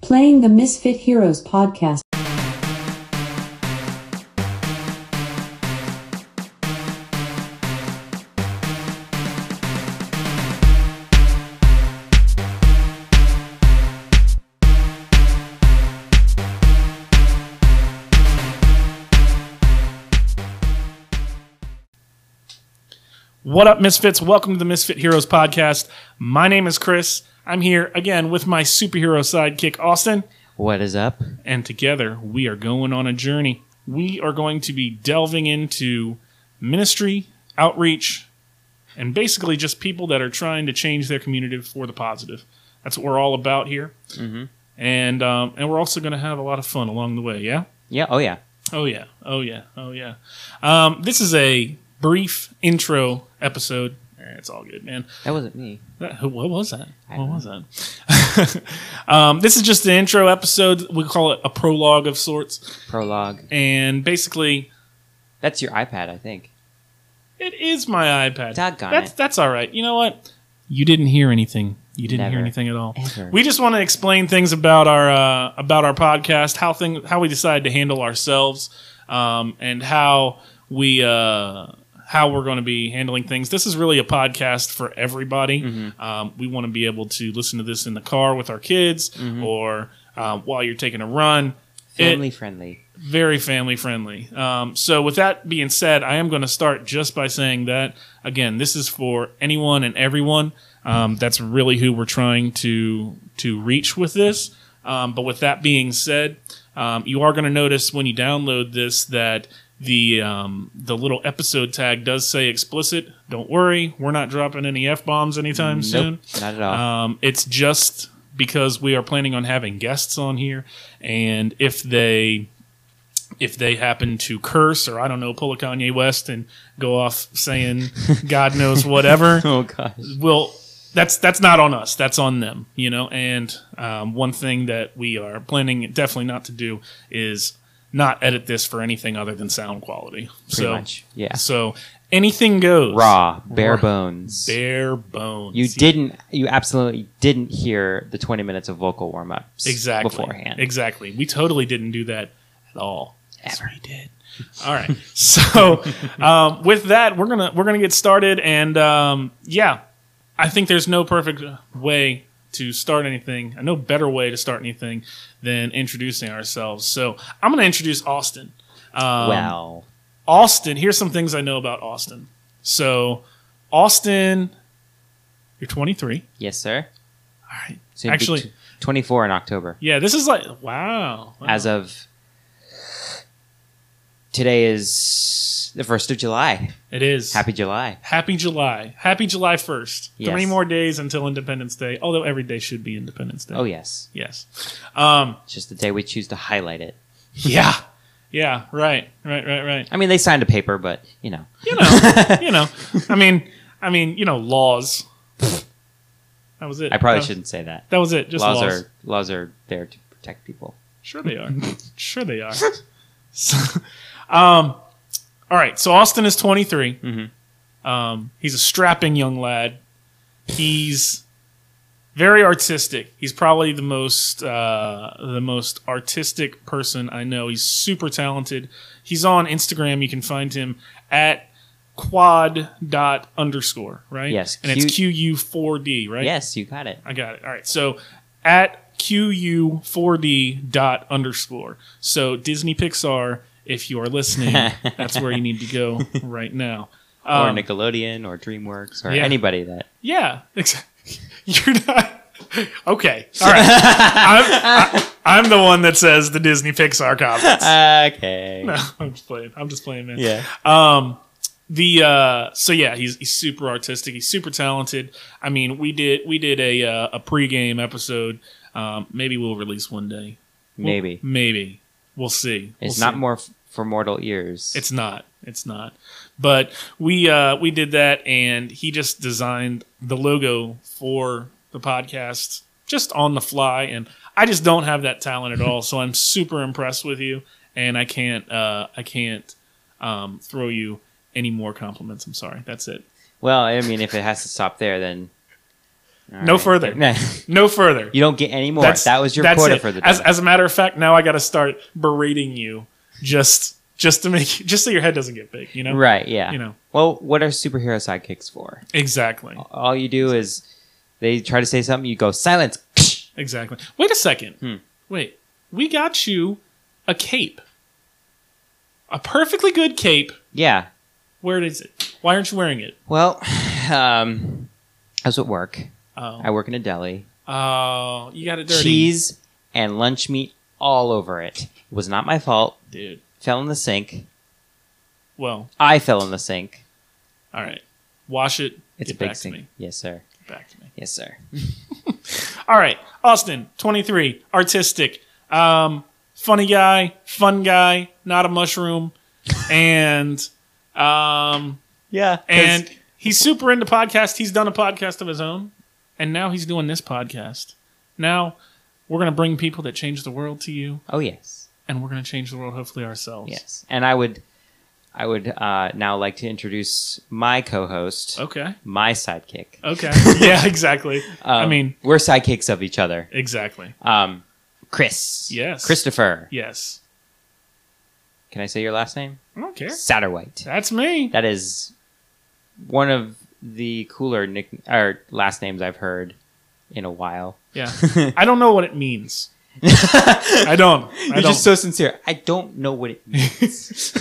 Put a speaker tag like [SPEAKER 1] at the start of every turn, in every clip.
[SPEAKER 1] Playing the Misfit Heroes podcast.
[SPEAKER 2] What up, Misfits? Welcome to the Misfit Heroes Podcast. My name is Chris. I'm here again with my superhero sidekick, Austin,
[SPEAKER 3] What is up?
[SPEAKER 2] and together we are going on a journey. We are going to be delving into ministry, outreach, and basically just people that are trying to change their community for the positive. That's what we're all about here. And, um, and we're also going to have a lot of fun along the way, yeah?
[SPEAKER 3] Yeah, oh yeah.
[SPEAKER 2] Oh yeah, oh yeah, oh yeah. Um, this is a brief intro episode. Eh, It's all good, man.
[SPEAKER 3] That wasn't me.
[SPEAKER 2] That- who- What was that? What was that? um, this is just an intro episode. We call it a prologue of sorts,
[SPEAKER 3] Prologue.
[SPEAKER 2] and basically,
[SPEAKER 3] That's your iPad, I think.
[SPEAKER 2] it is my iPad.
[SPEAKER 3] Doggone
[SPEAKER 2] that's
[SPEAKER 3] it.
[SPEAKER 2] that's all right. You know what? You didn't hear anything. You didn't hear
[SPEAKER 3] Never.
[SPEAKER 2] anything at all.
[SPEAKER 3] Ever.
[SPEAKER 2] We just want to explain things about our uh, about our podcast, how thing, how we decide to handle ourselves, um, and how we uh, how we're going to be handling things. This is really a podcast for everybody.
[SPEAKER 3] Mm-hmm.
[SPEAKER 2] Um, we want to be able to listen to this in the car with our kids
[SPEAKER 3] Mm-hmm.
[SPEAKER 2] or um, while you're taking a run. It-
[SPEAKER 3] Family friendly.
[SPEAKER 2] very family friendly. Um, so, with that being said, I am going to start just by saying that again, this is for anyone and everyone. Um, that's really who we're trying to to reach with this. Um, but with that being said, um, you are going to notice when you download this that the um, the little episode tag does say explicit. Don't worry, we're not dropping any f bombs anytime soon.
[SPEAKER 3] Nope, not at all.
[SPEAKER 2] Um, it's just because we are planning on having guests on here, and if they if they happen to curse or I don't know pull a Kanye West and go off saying God knows whatever,
[SPEAKER 3] oh gosh.
[SPEAKER 2] well that's that's not on us that's on them you know and um, one thing that we are planning definitely not to do is not edit this for anything other than sound quality so
[SPEAKER 3] much, yeah.
[SPEAKER 2] so anything goes
[SPEAKER 3] Raw, bare bones.
[SPEAKER 2] bare bones
[SPEAKER 3] you
[SPEAKER 2] Yeah.
[SPEAKER 3] didn't you absolutely didn't hear the 20 minutes of vocal warm-ups
[SPEAKER 2] exactly
[SPEAKER 3] beforehand.
[SPEAKER 2] exactly we totally didn't do that at all Yes,
[SPEAKER 3] Ever.
[SPEAKER 2] we did all right so um, with that we're gonna we're gonna get started and um, yeah i think there's no perfect way to start anything uh, no better way to start anything than introducing ourselves so i'm gonna introduce austin um,
[SPEAKER 3] Wow.
[SPEAKER 2] austin here's some things i know about austin so austin you're 23
[SPEAKER 3] yes, sir.
[SPEAKER 2] all right
[SPEAKER 3] So you'd be
[SPEAKER 2] Actually-
[SPEAKER 3] t- 24 in October.
[SPEAKER 2] yeah this is like wow, wow.
[SPEAKER 3] As of today is the 1st of July.
[SPEAKER 2] it is
[SPEAKER 3] Happy July.
[SPEAKER 2] Happy July. Happy July 1st.
[SPEAKER 3] Yes.
[SPEAKER 2] Three more days until Independence Day, although every day should be Independence Day.
[SPEAKER 3] Oh yes.
[SPEAKER 2] Yes. Um,
[SPEAKER 3] It's just the day we choose to highlight it.
[SPEAKER 2] yeah. Yeah, right. Right, right, right.
[SPEAKER 3] I mean, they signed a paper, but you know.
[SPEAKER 2] You know, you know. I mean, I mean, you know, laws. That was it.
[SPEAKER 3] I probably
[SPEAKER 2] That-
[SPEAKER 3] shouldn't say that.
[SPEAKER 2] That was it. Just
[SPEAKER 3] laws,
[SPEAKER 2] laws.
[SPEAKER 3] are laws are there to protect people.
[SPEAKER 2] Sure they are. sure they are. So, um, all right. So Austin is 23. Um, he's a strapping young lad. He's very artistic. He's probably the most uh, the most artistic person I know. He's super talented. He's on Instagram. You can find him at quad dot underscore right.
[SPEAKER 3] Yes,
[SPEAKER 2] and it's Q U four D right.
[SPEAKER 3] Yes, you got it.
[SPEAKER 2] I got it. All right. So at QU4D dot underscore. So Disney Pixar, if you are listening, that's where you need to go right now.
[SPEAKER 3] Or
[SPEAKER 2] Um,
[SPEAKER 3] Nickelodeon, or DreamWorks, or
[SPEAKER 2] yeah.
[SPEAKER 3] anybody that.
[SPEAKER 2] yeah. ex- You're not. Okay. All right. I'm, I, am the one that says the Disney Pixar comments.
[SPEAKER 3] Okay.
[SPEAKER 2] No, I'm just playing. I'm just playing, man.
[SPEAKER 3] Yeah.
[SPEAKER 2] Um, the uh, so yeah, he's he's super artistic. He's super talented. I mean, we did we did a uh, a pregame episode. Um, maybe we'll release one day. We'll-
[SPEAKER 3] Maybe
[SPEAKER 2] maybe we'll see.
[SPEAKER 3] it's
[SPEAKER 2] We'll
[SPEAKER 3] not
[SPEAKER 2] see.
[SPEAKER 3] more f- for mortal ears.
[SPEAKER 2] It's not. It's not. But we uh, we did that, and he just designed the logo for the podcast just on the fly, and I just don't have that talent at all. so I'm super impressed with you, and I can't uh, I can't um, throw you any more compliments. I'm sorry. That's it.
[SPEAKER 3] well, I mean, if it has to stop there, then All
[SPEAKER 2] No
[SPEAKER 3] right.
[SPEAKER 2] further.
[SPEAKER 3] Nah,
[SPEAKER 2] No further.
[SPEAKER 3] you don't get any more.
[SPEAKER 2] That's-
[SPEAKER 3] that was your
[SPEAKER 2] that's
[SPEAKER 3] quota
[SPEAKER 2] it.
[SPEAKER 3] for the day.
[SPEAKER 2] As, as a matter of fact, now I got to start berating you just just to make just so your head doesn't get big. You know,
[SPEAKER 3] right? Yeah.
[SPEAKER 2] You know
[SPEAKER 3] Well, what are superhero sidekicks for?
[SPEAKER 2] exactly,
[SPEAKER 3] All you do is they try to say something, you go silence.
[SPEAKER 2] exactly. Wait a second.
[SPEAKER 3] Hmm.
[SPEAKER 2] Wait, we got you a cape, a perfectly good cape.
[SPEAKER 3] Yeah.
[SPEAKER 2] Where is it? Why aren't you wearing it?
[SPEAKER 3] Well, um, I was at work.
[SPEAKER 2] Oh,
[SPEAKER 3] I work in a deli.
[SPEAKER 2] oh, you got it dirty,
[SPEAKER 3] Cheese and lunch meat all over it. It was not my fault.
[SPEAKER 2] dude.
[SPEAKER 3] Fell in the sink.
[SPEAKER 2] Well,
[SPEAKER 3] I fell in the sink.
[SPEAKER 2] all right. Wash it.
[SPEAKER 3] It's
[SPEAKER 2] Get
[SPEAKER 3] a big
[SPEAKER 2] back to
[SPEAKER 3] sink.
[SPEAKER 2] me.
[SPEAKER 3] Yes, sir.
[SPEAKER 2] Get back to me.
[SPEAKER 3] Yes, sir.
[SPEAKER 2] All right, Austin, 23, artistic, um, funny guy, fun guy, not a mushroom, and um,
[SPEAKER 3] Yeah.
[SPEAKER 2] and he's super into podcast. He's done a podcast of his own, and now he's doing this podcast. Now we're gonna bring people that change the world to you,
[SPEAKER 3] oh yes,
[SPEAKER 2] and we're gonna change the world hopefully ourselves.
[SPEAKER 3] yes. And I would, I would uh, now like to introduce my co-host,
[SPEAKER 2] Okay.
[SPEAKER 3] my sidekick.
[SPEAKER 2] Okay. yeah. Exactly. I
[SPEAKER 3] Um,
[SPEAKER 2] mean,
[SPEAKER 3] we're sidekicks of each other.
[SPEAKER 2] exactly.
[SPEAKER 3] Um, Chris.
[SPEAKER 2] Yes.
[SPEAKER 3] Christopher.
[SPEAKER 2] Yes.
[SPEAKER 3] Can I say your last name?
[SPEAKER 2] I don't care.
[SPEAKER 3] Satterwhite.
[SPEAKER 2] That's me.
[SPEAKER 3] That is one of the cooler nick or last names I've heard in a while.
[SPEAKER 2] Yeah. I don't know what it means. I don't. I
[SPEAKER 3] You're
[SPEAKER 2] don't.
[SPEAKER 3] just so sincere. I don't know what it means.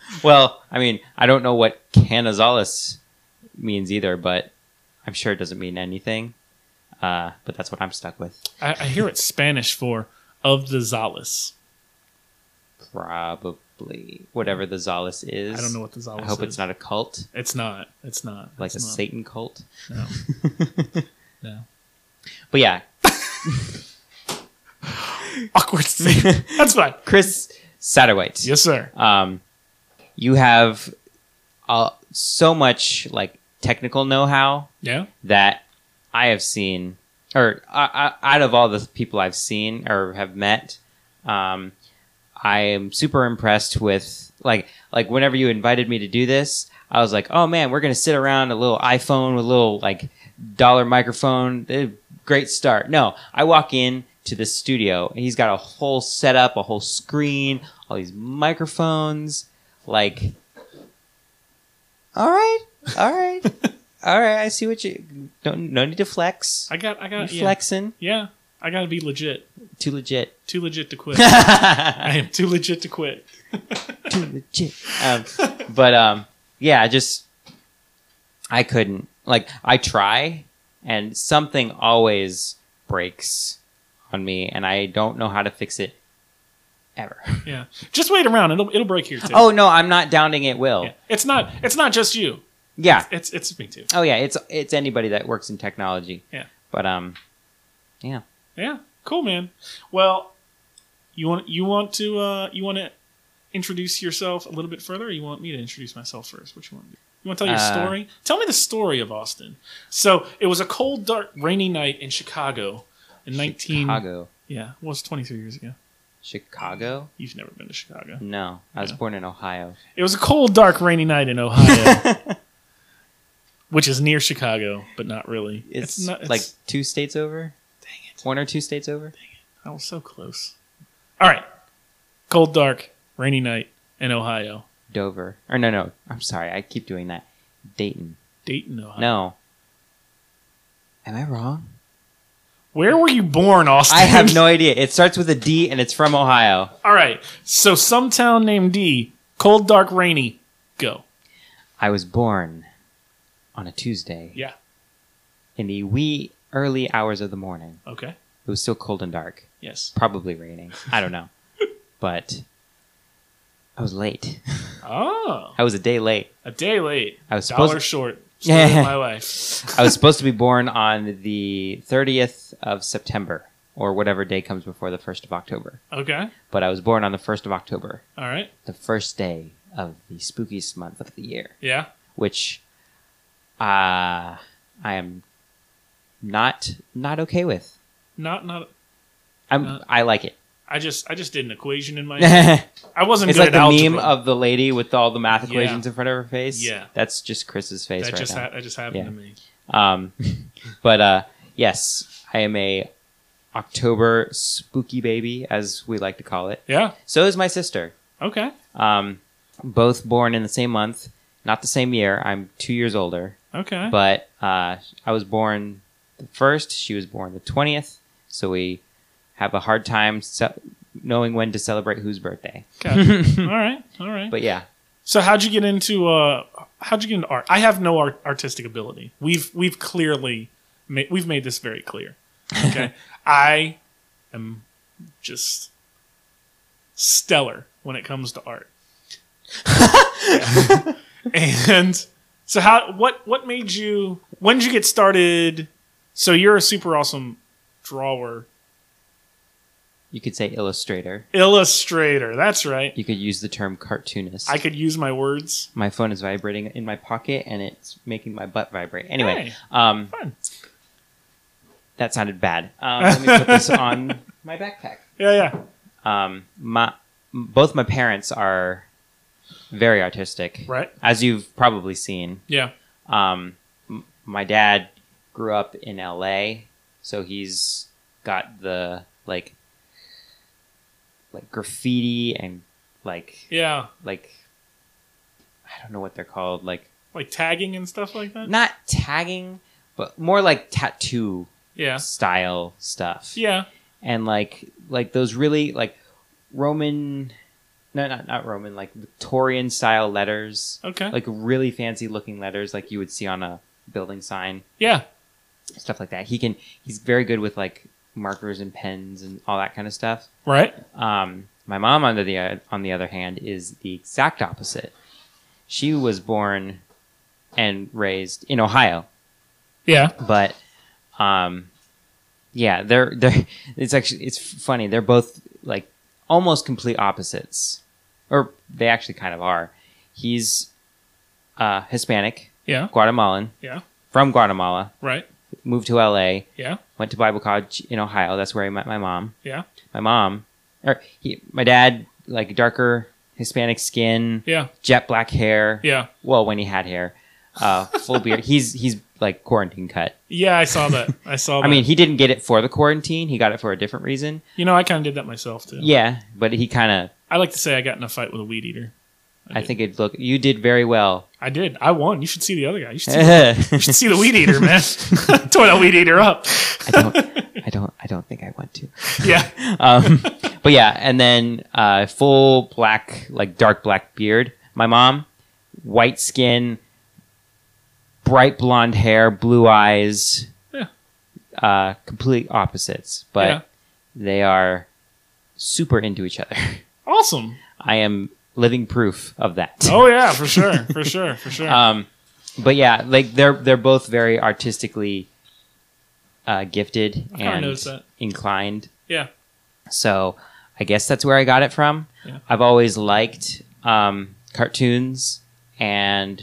[SPEAKER 3] well, I mean, I don't know what canazales means either, but I'm sure it doesn't mean anything. Uh, but that's what I'm stuck with.
[SPEAKER 2] I, I hear it's Spanish for of the Zales.
[SPEAKER 3] Probably whatever the Zales is.
[SPEAKER 2] I don't know what the Zales
[SPEAKER 3] I hope
[SPEAKER 2] is.
[SPEAKER 3] it's not a cult,
[SPEAKER 2] It's not. It's not.
[SPEAKER 3] like
[SPEAKER 2] it's
[SPEAKER 3] a
[SPEAKER 2] not.
[SPEAKER 3] Satan cult.
[SPEAKER 2] No. no.
[SPEAKER 3] But yeah,
[SPEAKER 2] Awkward Satan. That's fine.
[SPEAKER 3] Chris Satterwhite.
[SPEAKER 2] Yes, sir.
[SPEAKER 3] Um, you have uh, so much like technical know-how
[SPEAKER 2] Yeah.
[SPEAKER 3] that I have seen, or uh, out of all the people I've seen or have met, um, I am super impressed with like like whenever you invited me to do this, I was like, oh man, we're gonna sit around a little iPhone with a little like dollar microphone. Eh, Great start. No, I walk in to the studio and he's got a whole setup, a whole screen, all these microphones. Like, all right, all right, all right. I see what you. Don't no need to flex.
[SPEAKER 2] I got. I
[SPEAKER 3] You
[SPEAKER 2] got. Yeah.
[SPEAKER 3] flexing
[SPEAKER 2] yeah. I got to be legit.
[SPEAKER 3] too legit.
[SPEAKER 2] Too legit to quit.
[SPEAKER 3] too
[SPEAKER 2] I am too legit to quit.
[SPEAKER 3] legit. Um, but um, yeah, I just I couldn't. Like I try, and something always breaks on me, and I don't know how to fix it ever.
[SPEAKER 2] Yeah. Just wait around. It'll it'll break here too.
[SPEAKER 3] Oh no, I'm not downing it. Will
[SPEAKER 2] Yeah. It's not. It's not just you.
[SPEAKER 3] yeah.
[SPEAKER 2] It's it's me too.
[SPEAKER 3] Oh yeah, it's it's anybody that works in technology.
[SPEAKER 2] Yeah.
[SPEAKER 3] But um,
[SPEAKER 2] Yeah. Cool, man. Well, you want you want to uh, you want to introduce yourself a little bit further, or you want me to introduce myself first? What you want? To do? You want to tell your
[SPEAKER 3] Uh,
[SPEAKER 2] story? Tell me the story of Austin. So it was a cold, dark, rainy night in Chicago in nineteen.
[SPEAKER 3] Chicago,
[SPEAKER 2] Yeah, well, it's twenty three years ago.
[SPEAKER 3] Chicago.
[SPEAKER 2] You've never been to Chicago.
[SPEAKER 3] No, I was
[SPEAKER 2] Yeah.
[SPEAKER 3] born in Ohio.
[SPEAKER 2] It was a cold, dark, rainy night in Ohio, which is near Chicago, but not really.
[SPEAKER 3] It's,
[SPEAKER 2] not
[SPEAKER 3] like two states over,
[SPEAKER 2] dang it.
[SPEAKER 3] one or two states over.
[SPEAKER 2] I was so close. All right. Cold, dark, rainy night in Ohio.
[SPEAKER 3] Dover. Or no, no. I'm sorry. I keep doing that. Dayton.
[SPEAKER 2] Dayton, Ohio.
[SPEAKER 3] No. Am I wrong?
[SPEAKER 2] Where were you born, Austin?
[SPEAKER 3] I have no idea. It starts with a D and it's from Ohio.
[SPEAKER 2] All right. So, some town named D, cold, dark, rainy. Go.
[SPEAKER 3] I was born on a Tuesday.
[SPEAKER 2] Yeah.
[SPEAKER 3] In the wee early hours of the morning.
[SPEAKER 2] Okay.
[SPEAKER 3] It was still cold and dark.
[SPEAKER 2] Yes.
[SPEAKER 3] Probably raining. I don't know. but I was late.
[SPEAKER 2] Oh,
[SPEAKER 3] I was a day late.
[SPEAKER 2] a day late.
[SPEAKER 3] I was
[SPEAKER 2] Dollar
[SPEAKER 3] supposed
[SPEAKER 2] short.
[SPEAKER 3] Yeah.
[SPEAKER 2] Yeah. My life.
[SPEAKER 3] I was supposed to be born on the 30th of September or whatever day comes before the 1st of October.
[SPEAKER 2] Okay.
[SPEAKER 3] But I was born on the 1st of October.
[SPEAKER 2] All right.
[SPEAKER 3] the first day of the spookiest month of the year,
[SPEAKER 2] Yeah.
[SPEAKER 3] which uh, I am not not okay with.
[SPEAKER 2] Not, not.
[SPEAKER 3] I'm
[SPEAKER 2] Uh,
[SPEAKER 3] I like it.
[SPEAKER 2] I just, I just did an equation in my head.
[SPEAKER 3] it's
[SPEAKER 2] I wasn't good
[SPEAKER 3] like
[SPEAKER 2] at
[SPEAKER 3] the meme
[SPEAKER 2] algebra.
[SPEAKER 3] of the lady with all the math
[SPEAKER 2] Yeah.
[SPEAKER 3] equations in front of her face.
[SPEAKER 2] Yeah.
[SPEAKER 3] that's just Chris's face
[SPEAKER 2] that
[SPEAKER 3] right
[SPEAKER 2] just,
[SPEAKER 3] now.
[SPEAKER 2] ha- that just happened
[SPEAKER 3] Yeah.
[SPEAKER 2] to me.
[SPEAKER 3] um, but uh, Yes, I am a October spooky baby, as we like to call it.
[SPEAKER 2] Yeah.
[SPEAKER 3] So is my sister.
[SPEAKER 2] Okay.
[SPEAKER 3] Um, both born in the same month, not the same year. I'm two years older,
[SPEAKER 2] Okay.
[SPEAKER 3] but uh, I was born the first. She was born the twentieth. So we have a hard time ce- knowing when to celebrate whose birthday.
[SPEAKER 2] okay. all right. All right.
[SPEAKER 3] But yeah,
[SPEAKER 2] So how'd you get into uh how'd you get into art? I have no art, artistic ability. We've we've clearly ma- we've made this very clear. Okay. I am just stellar when it comes to art. Yeah. and so how what what made you when did you get started? So you're a super awesome drawer,
[SPEAKER 3] you could say illustrator.
[SPEAKER 2] illustrator. That's right.
[SPEAKER 3] You could use the term cartoonist.
[SPEAKER 2] I could use my words.
[SPEAKER 3] my phone is vibrating in my pocket and it's making my butt vibrate. Anyway,
[SPEAKER 2] Hey.
[SPEAKER 3] um,
[SPEAKER 2] Fun.
[SPEAKER 3] that sounded bad. Um, let me put this on my backpack.
[SPEAKER 2] Yeah, yeah.
[SPEAKER 3] Um, my both my parents are very artistic,
[SPEAKER 2] Right.
[SPEAKER 3] as you've probably seen.
[SPEAKER 2] Yeah.
[SPEAKER 3] Um, m- my dad grew up in L.A., so he's got the like like graffiti and like
[SPEAKER 2] Yeah.
[SPEAKER 3] like I don't know what they're called like
[SPEAKER 2] like tagging and stuff like that.
[SPEAKER 3] not tagging, but more like tattoo
[SPEAKER 2] Yeah,
[SPEAKER 3] style stuff.
[SPEAKER 2] yeah,
[SPEAKER 3] And like like those really like Roman no not not Roman, like Victorian style letters.
[SPEAKER 2] okay,
[SPEAKER 3] Like really fancy looking letters like you would see on a building sign,
[SPEAKER 2] yeah,
[SPEAKER 3] stuff like that. He can he's very good with like markers and pens and all that kind of stuff.
[SPEAKER 2] right,
[SPEAKER 3] Um, my mom, on the on the other hand, is the exact opposite. She was born and raised in Ohio,
[SPEAKER 2] yeah,
[SPEAKER 3] but um, yeah, they're they're it's actually it's funny. They're both like almost complete opposites, or they actually kind of are. He's uh, Hispanic,
[SPEAKER 2] yeah,
[SPEAKER 3] Guatemalan,
[SPEAKER 2] yeah,
[SPEAKER 3] from Guatemala,
[SPEAKER 2] right,
[SPEAKER 3] moved to L.A.,
[SPEAKER 2] yeah,
[SPEAKER 3] went to Bible college in Ohio. That's where I met my mom
[SPEAKER 2] yeah,
[SPEAKER 3] my mom or he, my dad like darker hispanic skin
[SPEAKER 2] yeah,
[SPEAKER 3] jet black hair
[SPEAKER 2] yeah,
[SPEAKER 3] well when he had hair uh full beard he's he's like quarantine cut
[SPEAKER 2] yeah. I saw that. I saw. That.
[SPEAKER 3] i mean he didn't get it for the quarantine he got it for a different reason
[SPEAKER 2] you know, I kind of did that myself too.
[SPEAKER 3] yeah but he kind of
[SPEAKER 2] I like to say I got in a fight with a weed eater.
[SPEAKER 3] i think it look you did very well
[SPEAKER 2] I did. I won. You should see the other guy. You should see, you
[SPEAKER 3] i
[SPEAKER 2] should see the weed eater, man. Tore that weed eater up.
[SPEAKER 3] don't i don't i don't think i want to
[SPEAKER 2] Yeah,
[SPEAKER 3] um but yeah and then uh full black like dark black beard my mom white skin bright blonde hair blue eyes
[SPEAKER 2] Yeah.
[SPEAKER 3] uh complete opposites but
[SPEAKER 2] Yeah.
[SPEAKER 3] they are super into each other
[SPEAKER 2] awesome.
[SPEAKER 3] i am living proof of that
[SPEAKER 2] Oh yeah, for sure, for sure, for sure.
[SPEAKER 3] um but yeah like they're they're both very artistically uh gifted
[SPEAKER 2] kinda
[SPEAKER 3] and
[SPEAKER 2] noticed that.
[SPEAKER 3] inclined
[SPEAKER 2] yeah,
[SPEAKER 3] so I guess that's where I got it from.
[SPEAKER 2] Yeah.
[SPEAKER 3] I've always liked um, cartoons, and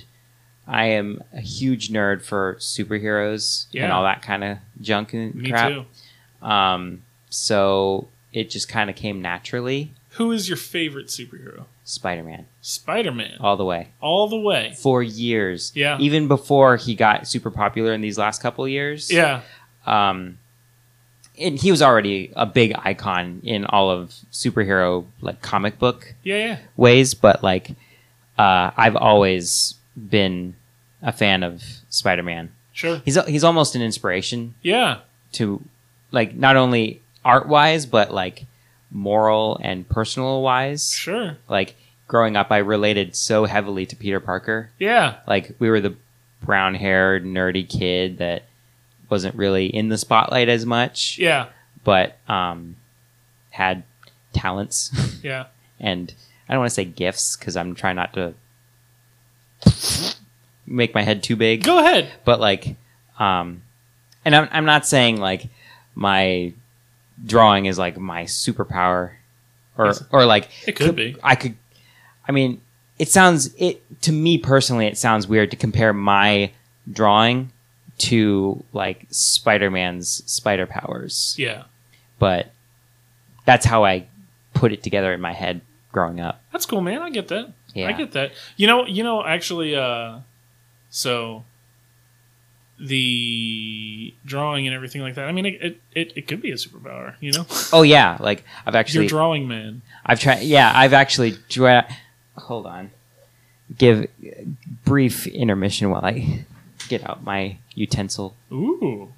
[SPEAKER 3] I am a huge nerd for superheroes and
[SPEAKER 2] Yeah.
[SPEAKER 3] all that kind of junk and
[SPEAKER 2] me
[SPEAKER 3] crap.
[SPEAKER 2] too.
[SPEAKER 3] Um, so it just kind of came naturally.
[SPEAKER 2] Who is your favorite superhero?
[SPEAKER 3] Spider Man,
[SPEAKER 2] Spider Man,
[SPEAKER 3] all the way
[SPEAKER 2] all the way.
[SPEAKER 3] for years.
[SPEAKER 2] Yeah.
[SPEAKER 3] even before he got super popular in these last couple years.
[SPEAKER 2] Yeah,
[SPEAKER 3] um, and he was already a big icon in all of superhero like comic book
[SPEAKER 2] yeah, yeah.
[SPEAKER 3] ways, but like uh, I've always been a fan of Spider-Man.
[SPEAKER 2] Sure.
[SPEAKER 3] He's he's almost an inspiration
[SPEAKER 2] Yeah,
[SPEAKER 3] to like not only art-wise but like moral and personal wise.
[SPEAKER 2] sure.
[SPEAKER 3] Like growing up I related so heavily to Peter Parker.
[SPEAKER 2] Yeah,
[SPEAKER 3] Like we were the brown-haired nerdy kid that wasn't really in the spotlight as much,
[SPEAKER 2] yeah,
[SPEAKER 3] but um had talents.
[SPEAKER 2] yeah.
[SPEAKER 3] and I don't want to say gifts because I'm trying not to make my head too big.
[SPEAKER 2] Go ahead.
[SPEAKER 3] But like, um, and I'm I'm not saying like my drawing is like my superpower, or
[SPEAKER 2] Yes.
[SPEAKER 3] or like
[SPEAKER 2] It could be.
[SPEAKER 3] I could. I mean, it sounds it to me personally. It sounds weird to compare my drawing to like Spider-Man's spider powers,
[SPEAKER 2] Yeah.
[SPEAKER 3] but that's how I put it together in my head growing up.
[SPEAKER 2] That's cool, man. I get that.
[SPEAKER 3] Yeah.
[SPEAKER 2] I get that. You know, you know, actually, uh, so the drawing and everything like that. I mean, it it, it, it could be a superpower, you know.
[SPEAKER 3] Oh yeah, like I've
[SPEAKER 2] You're
[SPEAKER 3] actually
[SPEAKER 2] drawing man.
[SPEAKER 3] I've tried. Yeah, I've actually dra- Hold on. Give brief intermission while I get out my utensil.
[SPEAKER 2] Ooh,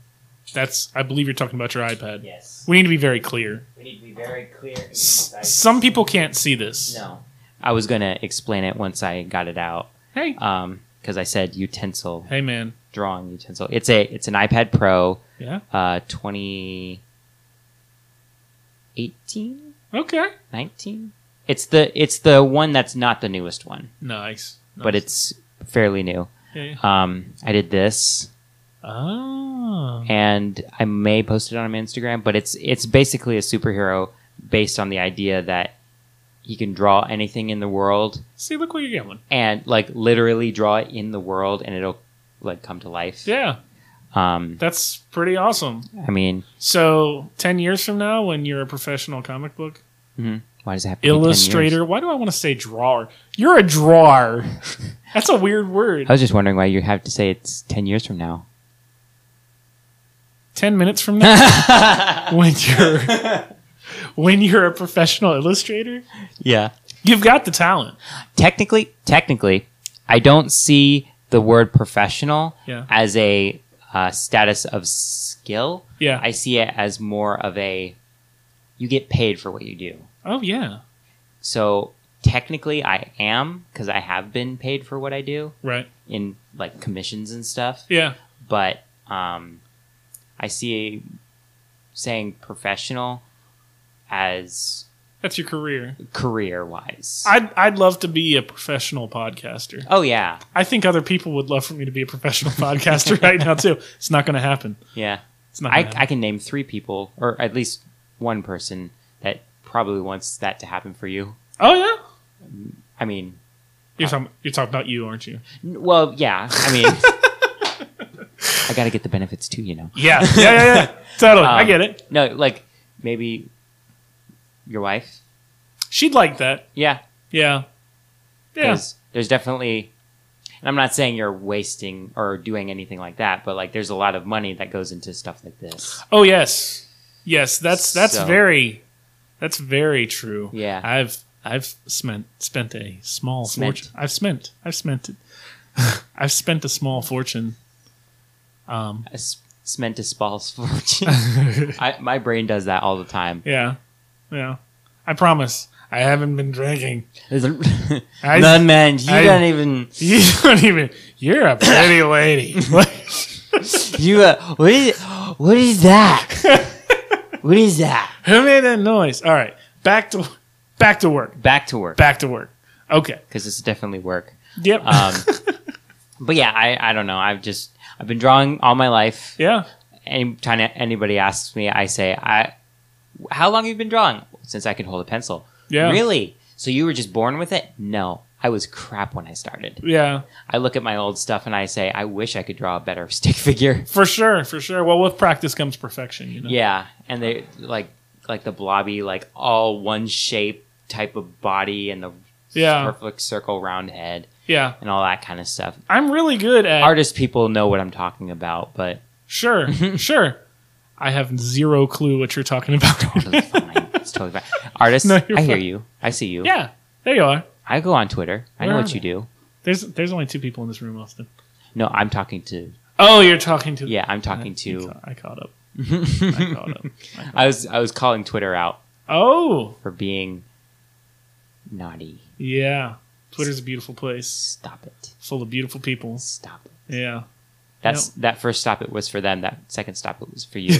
[SPEAKER 2] that's. I believe you're talking about your iPad.
[SPEAKER 3] Yes.
[SPEAKER 2] We need to be very clear.
[SPEAKER 3] We need to be very clear. And
[SPEAKER 2] S- some people can't see this.
[SPEAKER 3] No. I was gonna explain it once I got it out,
[SPEAKER 2] Hey,
[SPEAKER 3] um, because I said utensil,
[SPEAKER 2] hey, man.
[SPEAKER 3] drawing utensil. It's a it's an iPad Pro,
[SPEAKER 2] Yeah.
[SPEAKER 3] uh, 2018,
[SPEAKER 2] Okay.
[SPEAKER 3] 19. It's the it's the one that's not the newest one,
[SPEAKER 2] Nice.
[SPEAKER 3] but
[SPEAKER 2] Nice.
[SPEAKER 3] it's fairly new.
[SPEAKER 2] Okay.
[SPEAKER 3] Um, I did this,
[SPEAKER 2] Oh.
[SPEAKER 3] and I may post it on my Instagram. But it's it's basically a superhero based on the idea that he can draw anything in the world,
[SPEAKER 2] See, look where you're going.
[SPEAKER 3] and like literally draw it in the world, and it'll like come to life.
[SPEAKER 2] Yeah,
[SPEAKER 3] Um,
[SPEAKER 2] that's pretty awesome.
[SPEAKER 3] I mean,
[SPEAKER 2] So, ten years from now, when you're a professional comic book
[SPEAKER 3] mm-hmm. why does it have to be 10 years?
[SPEAKER 2] illustrator, why do I want to say drawer? You're a drawer. that's a weird word.
[SPEAKER 3] I was just wondering why you have to say it's ten years from now.
[SPEAKER 2] ten minutes from now, when you're when you're a professional illustrator,
[SPEAKER 3] yeah.
[SPEAKER 2] you've got the talent.
[SPEAKER 3] Technically, technically, I don't see the word professional
[SPEAKER 2] Yeah.
[SPEAKER 3] as a uh, status of skill.
[SPEAKER 2] Yeah.
[SPEAKER 3] I see it as more of a you get paid for what you do.
[SPEAKER 2] oh yeah.
[SPEAKER 3] So technically, I am because I have been paid for what I do
[SPEAKER 2] Right.
[SPEAKER 3] in like commissions and stuff.
[SPEAKER 2] Yeah.
[SPEAKER 3] But um, I see saying professional as
[SPEAKER 2] That's your career.
[SPEAKER 3] career wise.
[SPEAKER 2] I'd I'd love to be a professional podcaster.
[SPEAKER 3] Oh yeah,
[SPEAKER 2] I think other people would love for me to be a professional podcaster right now too. It's not going to happen.
[SPEAKER 3] yeah.
[SPEAKER 2] It's not.
[SPEAKER 3] I,
[SPEAKER 2] gonna
[SPEAKER 3] I
[SPEAKER 2] happen.
[SPEAKER 3] can name three people, or at least one person that probably wants that to happen for you.
[SPEAKER 2] oh yeah.
[SPEAKER 3] I mean,
[SPEAKER 2] You're talking, you're talking about you, aren't you?
[SPEAKER 3] n- well, yeah. I mean, I got to get the benefits too, you know.
[SPEAKER 2] Yeah, yeah, yeah, yeah. totally. I
[SPEAKER 3] Um,
[SPEAKER 2] get it.
[SPEAKER 3] No, like maybe your wife.
[SPEAKER 2] She'd like that.
[SPEAKER 3] Yeah,
[SPEAKER 2] Yeah, yeah,
[SPEAKER 3] 'cause There's definitely, and I'm not saying you're wasting or doing anything like that, but like there's a lot of money that goes into stuff like this.
[SPEAKER 2] Oh yes, yes. That's that's
[SPEAKER 3] So-
[SPEAKER 2] very, that's very true.
[SPEAKER 3] Yeah.
[SPEAKER 2] I've I've spent spent a small
[SPEAKER 3] Spent.
[SPEAKER 2] fortune. I've spent I've spent it. I've spent a small fortune. Um.
[SPEAKER 3] Smentis balls fortune. I, my brain does that all the time.
[SPEAKER 2] Yeah. Yeah. I promise. I haven't been drinking. I-
[SPEAKER 3] None, man. You
[SPEAKER 2] I-
[SPEAKER 3] don't even.
[SPEAKER 2] You don't even. You're a pretty lady.
[SPEAKER 3] You. Uh, what is? What is that? what is that?
[SPEAKER 2] Who made that noise? All right. Back to back to work.
[SPEAKER 3] Back to work
[SPEAKER 2] Back to work. Okay. Uh,
[SPEAKER 3] because this is definitely work.
[SPEAKER 2] Yep.
[SPEAKER 3] Um, but yeah, I, I don't know. I've just I've been drawing all my life.
[SPEAKER 2] yeah.
[SPEAKER 3] Anytime anybody asks me, I say I. How long have you been drawing? Since I can hold a pencil.
[SPEAKER 2] Yeah.
[SPEAKER 3] Really? So you were just born with it? No, I was crap when I started.
[SPEAKER 2] Yeah.
[SPEAKER 3] I look at my old stuff and I say, I wish I could draw a better stick figure.
[SPEAKER 2] For sure. For sure. Well, with practice comes perfection. You know.
[SPEAKER 3] Yeah, and they like like the blobby, like all one shape type of body and the
[SPEAKER 2] Yeah.
[SPEAKER 3] perfect circle round head
[SPEAKER 2] Yeah.
[SPEAKER 3] and all that kind of stuff.
[SPEAKER 2] I'm really good at
[SPEAKER 3] Artist people know what I'm talking about, but
[SPEAKER 2] sure, sure. I have zero clue what you're talking about.
[SPEAKER 3] totally fine. it's totally fine. Artists,
[SPEAKER 2] No, you're
[SPEAKER 3] I hear
[SPEAKER 2] fine.
[SPEAKER 3] you. I see you.
[SPEAKER 2] yeah, there you are.
[SPEAKER 3] I go on Twitter. I know
[SPEAKER 2] Where
[SPEAKER 3] what
[SPEAKER 2] are
[SPEAKER 3] you do.
[SPEAKER 2] There's there's only two people in this room, Austin.
[SPEAKER 3] No, I'm talking to.
[SPEAKER 2] Oh, you're talking to.
[SPEAKER 3] Yeah, I'm
[SPEAKER 2] I,
[SPEAKER 3] talking to.
[SPEAKER 2] ca- I caught up. I caught up.
[SPEAKER 3] I was I was calling Twitter out
[SPEAKER 2] Oh,
[SPEAKER 3] for being naughty.
[SPEAKER 2] yeah. Twitter's a beautiful place,
[SPEAKER 3] Stop it.
[SPEAKER 2] full of beautiful people.
[SPEAKER 3] Stop it.
[SPEAKER 2] Yeah.
[SPEAKER 3] That's that first stop it was for them. That second stop it was for you.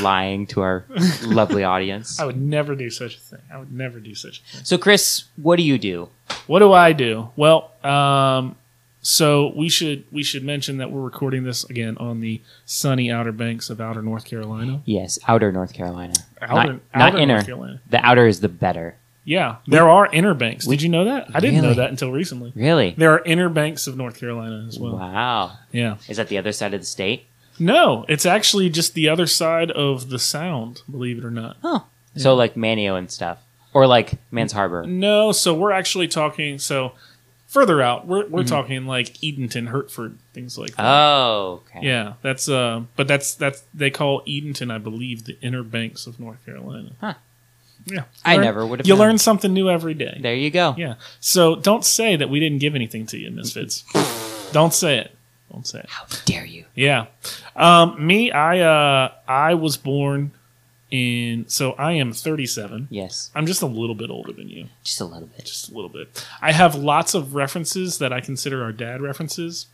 [SPEAKER 3] Lying to our lovely audience.
[SPEAKER 2] I would never do such a thing. I would never do such a thing.
[SPEAKER 3] So Chris, what do you do?
[SPEAKER 2] What do I do? Well, um, so we should we should mention that we're recording this again on the sunny Outer Banks of Outer North Carolina.
[SPEAKER 3] Yes, outer North Carolina.
[SPEAKER 2] Outer,
[SPEAKER 3] not not
[SPEAKER 2] outer
[SPEAKER 3] inner.
[SPEAKER 2] North Carolina.
[SPEAKER 3] the outer is the better.
[SPEAKER 2] Yeah, there are inner banks.
[SPEAKER 3] we-
[SPEAKER 2] Did you know that? I didn't know
[SPEAKER 3] Really?
[SPEAKER 2] that until recently.
[SPEAKER 3] Really?
[SPEAKER 2] There are inner banks of North Carolina as well.
[SPEAKER 3] Wow.
[SPEAKER 2] Yeah.
[SPEAKER 3] Is that the other side of the state?
[SPEAKER 2] No, it's actually just the other side of the sound, believe it or not.
[SPEAKER 3] Oh. So like Manio and stuff. Or like Man's Harbor.
[SPEAKER 2] No, so we're actually talking so further out. We're
[SPEAKER 3] Mm-hmm.
[SPEAKER 2] we're talking like Edenton, Hertford, things like that.
[SPEAKER 3] Oh, okay.
[SPEAKER 2] yeah, that's uh, but that's that's they call Edenton, I believe, the Inner Banks of North Carolina.
[SPEAKER 3] Huh.
[SPEAKER 2] Yeah,
[SPEAKER 3] I
[SPEAKER 2] Learn-
[SPEAKER 3] never would have.
[SPEAKER 2] You
[SPEAKER 3] known.
[SPEAKER 2] learn something new every day.
[SPEAKER 3] There you go.
[SPEAKER 2] Yeah. So don't say that we didn't give anything to you, Misfits. don't say it. Don't say it.
[SPEAKER 3] How dare you?
[SPEAKER 2] Yeah. Um, me, I uh, I was born in so I am 37.
[SPEAKER 3] Yes,
[SPEAKER 2] I'm just a little bit older than you,
[SPEAKER 3] just a little bit.
[SPEAKER 2] just a little bit. I have lots of references that I consider are dad references.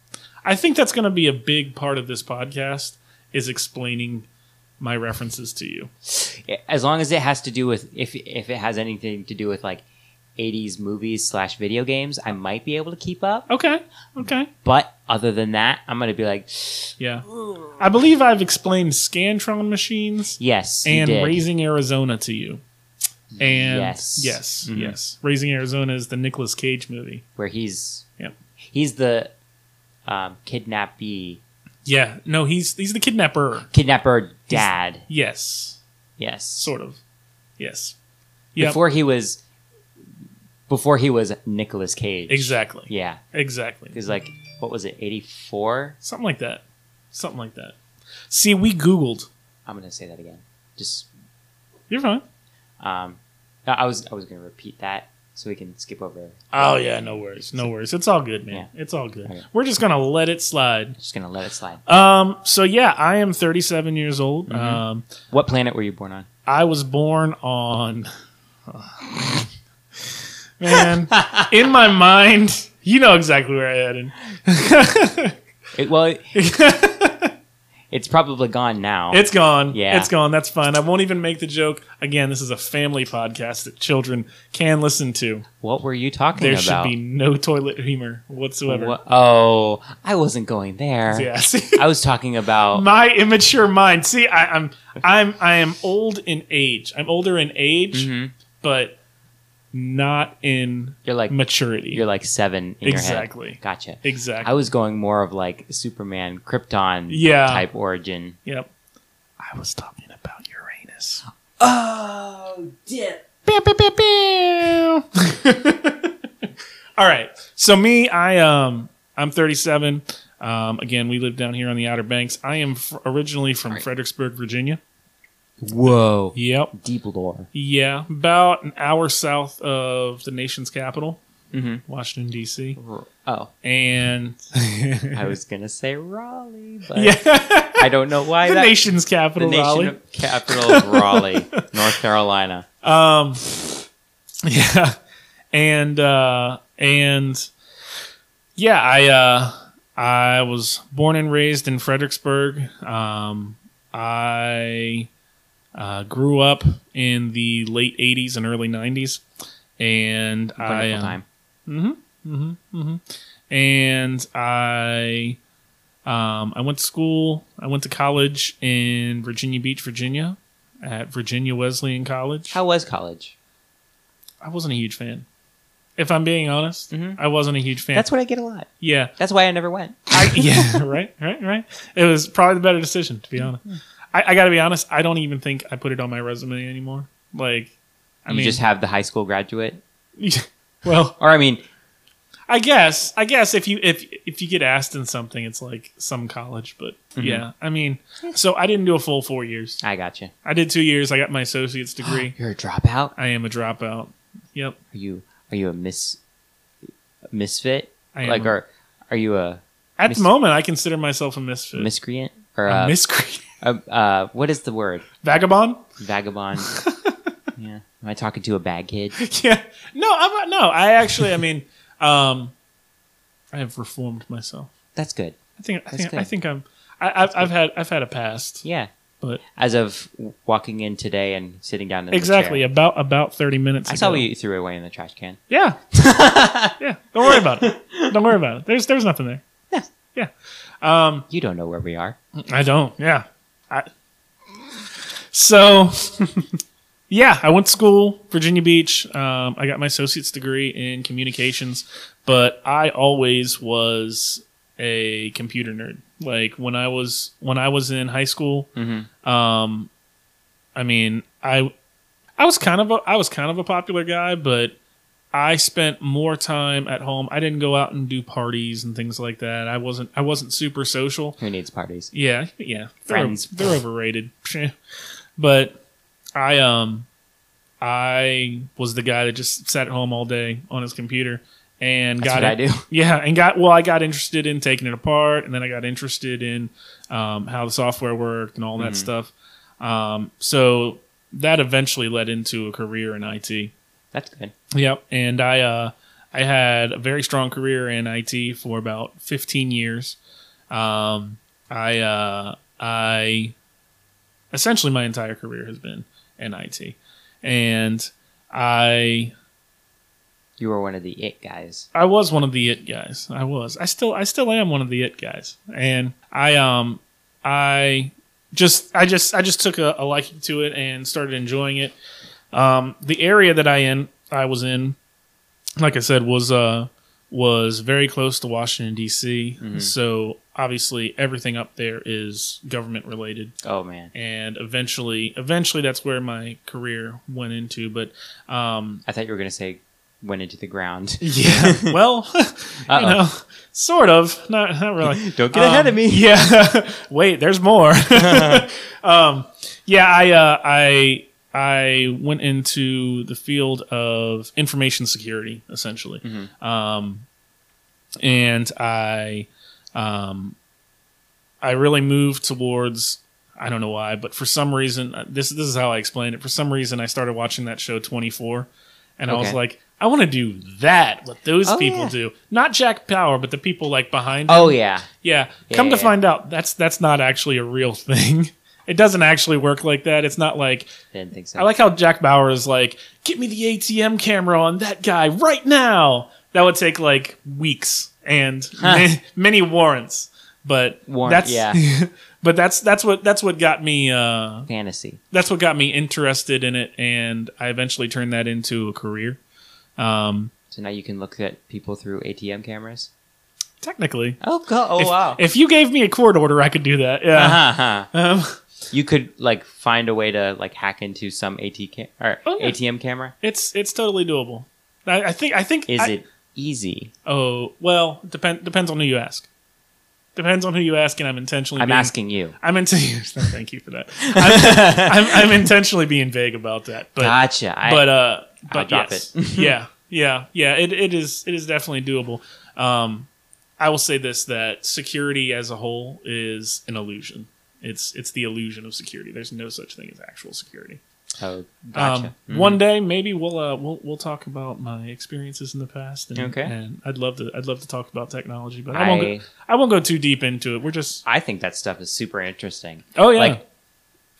[SPEAKER 2] I think that's going to be a big part of this podcast is explaining my references to you.
[SPEAKER 3] As long as it has to do with if if it has anything to do with like. 80s movies slash video games, I might be able to keep up.
[SPEAKER 2] Okay. Okay.
[SPEAKER 3] But other than that, I'm going to be like,
[SPEAKER 2] Yeah. I believe I've explained Scantron machines.
[SPEAKER 3] yes. you
[SPEAKER 2] and
[SPEAKER 3] did.
[SPEAKER 2] Raising Arizona to you. And yes,
[SPEAKER 3] Yes.
[SPEAKER 2] yes,
[SPEAKER 3] Mhm.
[SPEAKER 2] Raising Arizona is the Nicolas Cage movie.
[SPEAKER 3] where he's
[SPEAKER 2] Yep.
[SPEAKER 3] he's the um, kidnappee
[SPEAKER 2] Yeah, no, he's he's the kidnapper.
[SPEAKER 3] kidnapper dad.
[SPEAKER 2] Yes,
[SPEAKER 3] Yes,
[SPEAKER 2] sort of. Yes, yeah,
[SPEAKER 3] before he was before he was Nicolas Cage.
[SPEAKER 2] exactly,
[SPEAKER 3] Yeah,
[SPEAKER 2] exactly,
[SPEAKER 3] because like what was it, eighty four?
[SPEAKER 2] something like that, something like that. See, we Googled.
[SPEAKER 3] I'm gonna say that again. Just
[SPEAKER 2] You're fine.
[SPEAKER 3] um, I- I was I was gonna repeat that so we can skip over.
[SPEAKER 2] Oh yeah, no worries, no worries. It's all good, man. It's all good.
[SPEAKER 3] Okay.
[SPEAKER 2] We're just gonna let it slide.
[SPEAKER 3] Just gonna let it slide.
[SPEAKER 2] Um, so yeah, I am 37 years old. Um,
[SPEAKER 3] What planet were you born on?
[SPEAKER 2] I was born on. man, in my mind, you know exactly where I headed.
[SPEAKER 3] It, well, it- it's probably gone now.
[SPEAKER 2] It's gone.
[SPEAKER 3] Yeah.
[SPEAKER 2] It's gone. That's fine. I won't even make the joke. Again, this is a family podcast that children can listen to.
[SPEAKER 3] what were you talking
[SPEAKER 2] There
[SPEAKER 3] about?
[SPEAKER 2] should be no toilet humor whatsoever.
[SPEAKER 3] Wha- oh, I wasn't going there.
[SPEAKER 2] Yeah. see?
[SPEAKER 3] I was talking about
[SPEAKER 2] my immature mind. See, I, I'm I'm I am old in age. I'm older in age,
[SPEAKER 3] Mhm.
[SPEAKER 2] but not in
[SPEAKER 3] you're like
[SPEAKER 2] maturity.
[SPEAKER 3] you're like seven in your
[SPEAKER 2] Exactly.
[SPEAKER 3] head. Gotcha.
[SPEAKER 2] exactly.
[SPEAKER 3] I was going more of like Superman Krypton
[SPEAKER 2] Yeah.
[SPEAKER 3] type origin.
[SPEAKER 2] Yep. I was talking about Uranus.
[SPEAKER 3] Oh, dip.
[SPEAKER 2] All right. So me, I um, I'm 37. Um, again, we live down here on the Outer Banks. I am f- originally from
[SPEAKER 3] Right.
[SPEAKER 2] Fredericksburg, Virginia.
[SPEAKER 3] Whoa.
[SPEAKER 2] Yep.
[SPEAKER 3] Deep lore.
[SPEAKER 2] Yeah, about an hour south of the nation's capital,
[SPEAKER 3] Mhm.
[SPEAKER 2] Washington D.C.
[SPEAKER 3] Oh,
[SPEAKER 2] And
[SPEAKER 3] I was gonna say Raleigh, but
[SPEAKER 2] yeah,
[SPEAKER 3] I don't know why
[SPEAKER 2] the
[SPEAKER 3] that.
[SPEAKER 2] nation's
[SPEAKER 3] the
[SPEAKER 2] capital,
[SPEAKER 3] nation
[SPEAKER 2] Raleigh.
[SPEAKER 3] of capital of Raleigh, North Carolina.
[SPEAKER 2] Um, yeah, and uh, and yeah, I uh, I was born and raised in Fredericksburg. Um, I uh, grew up in the late '80s and early '90s, and I
[SPEAKER 3] Wonderful
[SPEAKER 2] um,
[SPEAKER 3] time.
[SPEAKER 2] and I um, I went to school. I went to college in Virginia Beach, Virginia, at Virginia Wesleyan College.
[SPEAKER 3] How was college?
[SPEAKER 2] I wasn't a huge fan. If I'm being honest,
[SPEAKER 3] Mhm.
[SPEAKER 2] I wasn't a huge fan.
[SPEAKER 3] That's what I get a lot.
[SPEAKER 2] yeah,
[SPEAKER 3] That's why I never went.
[SPEAKER 2] I, yeah, right, right, right. It was probably the better decision to be honest.
[SPEAKER 3] Hmm.
[SPEAKER 2] I, I got to be honest. I don't even think I put it on my resume anymore. Like, I
[SPEAKER 3] you
[SPEAKER 2] mean,
[SPEAKER 3] just have the high school graduate,
[SPEAKER 2] well,
[SPEAKER 3] or I mean,
[SPEAKER 2] I guess, I guess if you if if you get asked in something, it's like some college. But
[SPEAKER 3] Mm-hmm.
[SPEAKER 2] yeah, I mean, so I didn't do a full four years.
[SPEAKER 3] I got you.
[SPEAKER 2] I did two years. I got my associate's degree.
[SPEAKER 3] You're a dropout.
[SPEAKER 2] I am a dropout. Yep.
[SPEAKER 3] Are you are you a mis a misfit?
[SPEAKER 2] I am
[SPEAKER 3] like
[SPEAKER 2] a-
[SPEAKER 3] are are you a
[SPEAKER 2] At
[SPEAKER 3] Mis-
[SPEAKER 2] the moment, I consider myself a misfit.
[SPEAKER 3] miscreant or
[SPEAKER 2] a
[SPEAKER 3] a,
[SPEAKER 2] miscreant.
[SPEAKER 3] a- uh, what is the word
[SPEAKER 2] Vagabond?
[SPEAKER 3] vagabond? yeah, am I talking to a bad kid?
[SPEAKER 2] yeah. No, I'm no. I actually, I mean, um, I have reformed myself.
[SPEAKER 3] That's good.
[SPEAKER 2] I think. I
[SPEAKER 3] That's
[SPEAKER 2] think.
[SPEAKER 3] good.
[SPEAKER 2] I think I'm. I, I've, I've had. I've had a past.
[SPEAKER 3] Yeah,
[SPEAKER 2] But
[SPEAKER 3] as of w- walking in today and sitting down in
[SPEAKER 2] exactly
[SPEAKER 3] The chair.
[SPEAKER 2] about about thirty minutes.
[SPEAKER 3] I saw
[SPEAKER 2] ago.
[SPEAKER 3] what you threw away in the trash can.
[SPEAKER 2] Yeah. yeah. Don't worry about it. Don't worry about it. There's there's nothing there. Yeah. Yeah. Um.
[SPEAKER 3] You don't know where we are.
[SPEAKER 2] I don't. Yeah. I. So. Yeah, I went to school, Virginia Beach. Um, I got my associate's degree in communications, but I always was a computer nerd. Like when I was when I was in high school,
[SPEAKER 3] Mhm.
[SPEAKER 2] um, I mean, I I was kind of a I was kind of a popular guy, but I spent more time at home. I didn't go out and do parties and things like that. I wasn't I wasn't super social.
[SPEAKER 3] Who needs parties?
[SPEAKER 2] Yeah, yeah. They're,
[SPEAKER 3] Friends.
[SPEAKER 2] They're overrated. Psh. But I um I was the guy that just sat at home all day on his computer and
[SPEAKER 3] That's
[SPEAKER 2] got
[SPEAKER 3] what I
[SPEAKER 2] it-
[SPEAKER 3] do.
[SPEAKER 2] Yeah, and got well, I got interested in taking it apart and then I got interested in um, how the software worked and all
[SPEAKER 3] Mm-hmm.
[SPEAKER 2] that stuff. Um, so that eventually led into a career in IT.
[SPEAKER 3] That's good.
[SPEAKER 2] Yep, and I uh, I had a very strong career in IT for about 15 years. Um, I uh, I essentially my entire career has been in IT, and I
[SPEAKER 3] You were one of the it guys.
[SPEAKER 2] I was one of the it guys. I was. I still I still am one of the it guys. And I um I just I just I just took a, a liking to it and started enjoying it. Um the area that I in I was in, like I said, was uh was very close to Washington DC. So obviously everything up there is government related
[SPEAKER 3] Oh man,
[SPEAKER 2] and eventually eventually that's where my career went into but um
[SPEAKER 3] I thought you were gonna say went into the ground.
[SPEAKER 2] yeah well you
[SPEAKER 3] Uh-oh.
[SPEAKER 2] know, sort of. Not, not really.
[SPEAKER 3] Don't get
[SPEAKER 2] Um,
[SPEAKER 3] ahead of me.
[SPEAKER 2] Yeah. Wait, there's more. um, yeah, I, uh, I, I went into the field of information security essentially, um, and I, um, I really moved towards. I don't know why, but for some reason, uh, this this is how I explained it. For some reason, I started watching that show Twenty Four, and I was
[SPEAKER 3] Okay.
[SPEAKER 2] like, I want to do that. What those
[SPEAKER 3] Oh,
[SPEAKER 2] people
[SPEAKER 3] yeah.
[SPEAKER 2] do, not Jack Power, but the people like behind. him.
[SPEAKER 3] Oh yeah,
[SPEAKER 2] Yeah.
[SPEAKER 3] Yeah,
[SPEAKER 2] Come to
[SPEAKER 3] yeah.
[SPEAKER 2] find out, that's that's not actually a real thing. It doesn't actually work like that. It's not like
[SPEAKER 3] didn't think so.
[SPEAKER 2] I like how Jack Bauer is like, "Get me the ATM camera on that guy right now." That would take like weeks and ma- many, warrants. But
[SPEAKER 3] Warrant,
[SPEAKER 2] that's
[SPEAKER 3] yeah.
[SPEAKER 2] but that's that's what that's what got me uh,
[SPEAKER 3] fantasy.
[SPEAKER 2] that's what got me interested in it, and I eventually turned that into a career. Um,
[SPEAKER 3] So now you can look at people through ATM cameras.
[SPEAKER 2] technically,
[SPEAKER 3] Oh go! Oh
[SPEAKER 2] if,
[SPEAKER 3] wow.
[SPEAKER 2] if uh, you gave me a court order, I could do that. Yeah.
[SPEAKER 3] uh-huh, huh
[SPEAKER 2] Um,
[SPEAKER 3] You could like find a way to like hack into some AT cam- or
[SPEAKER 2] Oh, yeah.
[SPEAKER 3] ATM camera.
[SPEAKER 2] It's it's totally doable. I, I think I think
[SPEAKER 3] Is
[SPEAKER 2] I-
[SPEAKER 3] it easy?
[SPEAKER 2] Oh well, depend depends on who you ask. Depends on who you ask, and I'm intentionally.
[SPEAKER 3] I'm
[SPEAKER 2] being,
[SPEAKER 3] asking you.
[SPEAKER 2] I'm into. Thank you for that. I'm, I'm, I'm intentionally being vague about that, but
[SPEAKER 3] gotcha. I,
[SPEAKER 2] but uh, but
[SPEAKER 3] drop
[SPEAKER 2] yes. yeah, yeah, yeah. It it is it is definitely doable. Um, I will say this: that security as a whole is an illusion. It's it's the illusion of security. There's no such thing as actual security.
[SPEAKER 3] oh,
[SPEAKER 2] Um,
[SPEAKER 3] gotcha. Mhm.
[SPEAKER 2] One day, maybe we'll uh, we'll we'll talk about my experiences in the past. And,
[SPEAKER 3] Okay.
[SPEAKER 2] And I'd love to I'd love to talk about technology, but I, won't go, I won't go too deep into it. We're just
[SPEAKER 3] I think that stuff is super interesting.
[SPEAKER 2] oh yeah
[SPEAKER 3] Like,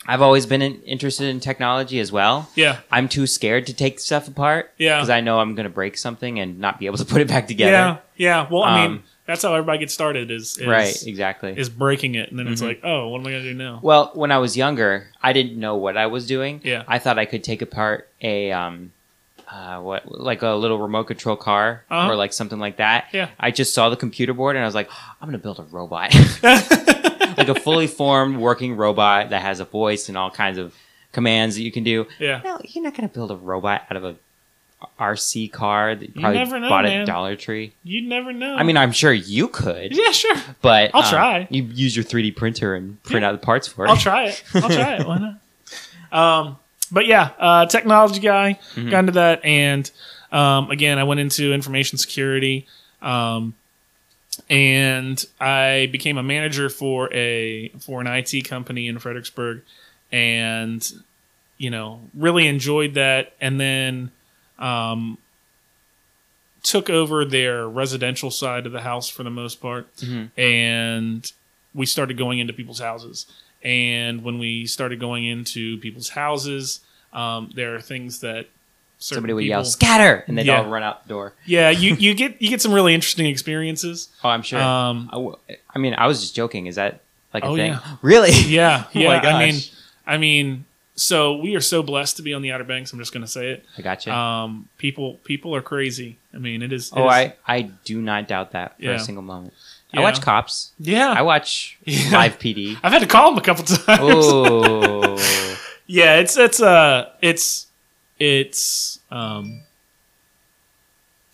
[SPEAKER 3] I've always been in, interested in technology as well.
[SPEAKER 2] yeah
[SPEAKER 3] I'm too scared to take stuff apart
[SPEAKER 2] yeah
[SPEAKER 3] because I know I'm going to break something and not be able to put it back together.
[SPEAKER 2] yeah yeah. Well, I mean
[SPEAKER 3] Um,
[SPEAKER 2] that's how everybody gets started is, is
[SPEAKER 3] Right, e Mm-hmm. exactly.
[SPEAKER 2] is breaking it, and then it's like oh what am I gonna do now?
[SPEAKER 3] well, when I was younger, I didn't know what I was doing.
[SPEAKER 2] Yeah.
[SPEAKER 3] I thought I could take apart a um uh, what like a little remote control car
[SPEAKER 2] Uh-huh.
[SPEAKER 3] or like something like that.
[SPEAKER 2] Yeah.
[SPEAKER 3] I just saw the computer board and I was like, I'm going to build a robot. like a fully formed working robot that has a voice and all kinds of commands that you can do.
[SPEAKER 2] Yeah.
[SPEAKER 3] No, you're not going to build a robot out of a RC car that you probably
[SPEAKER 2] never know,
[SPEAKER 3] bought
[SPEAKER 2] man.
[SPEAKER 3] at Dollar Tree.
[SPEAKER 2] You'd never know.
[SPEAKER 3] I mean, I'm sure you could,
[SPEAKER 2] yeah, sure.
[SPEAKER 3] but
[SPEAKER 2] I'll
[SPEAKER 3] um,
[SPEAKER 2] try.
[SPEAKER 3] You use your 3D printer and print out the parts for it.
[SPEAKER 2] I'll try it. I'll try it. Why not? Um, but yeah, uh, technology guy
[SPEAKER 3] Mm-hmm.
[SPEAKER 2] got into that, and um, again, I went into information security, um, and I became a manager for a for an IT company in Fredericksburg, and you know, really enjoyed that, and then. Um, took over their residential side of the house for the most part
[SPEAKER 3] Mhm.
[SPEAKER 2] and we started going into people's houses and when we started going into people's houses um, there are things that certain
[SPEAKER 3] Somebody would
[SPEAKER 2] people,
[SPEAKER 3] yell "scatter" and they'd
[SPEAKER 2] Yeah.
[SPEAKER 3] all run out the door.
[SPEAKER 2] yeah you, you get you get some really interesting experiences
[SPEAKER 3] Oh, I'm sure.
[SPEAKER 2] um,
[SPEAKER 3] I, w- I mean, I was just joking. Is that like a
[SPEAKER 2] Oh,
[SPEAKER 3] thing?
[SPEAKER 2] yeah.
[SPEAKER 3] Really?
[SPEAKER 2] yeah
[SPEAKER 3] Oh
[SPEAKER 2] yeah
[SPEAKER 3] my
[SPEAKER 2] i mean
[SPEAKER 3] gosh.
[SPEAKER 2] i mean so we are so blessed to be on the outer banks i'm just going to say it
[SPEAKER 3] I gotcha.
[SPEAKER 2] um, people people are crazy i mean it is it
[SPEAKER 3] oh,
[SPEAKER 2] is-
[SPEAKER 3] I I do not doubt that for
[SPEAKER 2] Yeah.
[SPEAKER 3] a single moment.
[SPEAKER 2] Yeah.
[SPEAKER 3] I watch cops.
[SPEAKER 2] yeah
[SPEAKER 3] I watch
[SPEAKER 2] Yeah.
[SPEAKER 3] live PD.
[SPEAKER 2] i've had to call them a couple times
[SPEAKER 3] Oh,
[SPEAKER 2] Yeah, it's it's uh it's it's um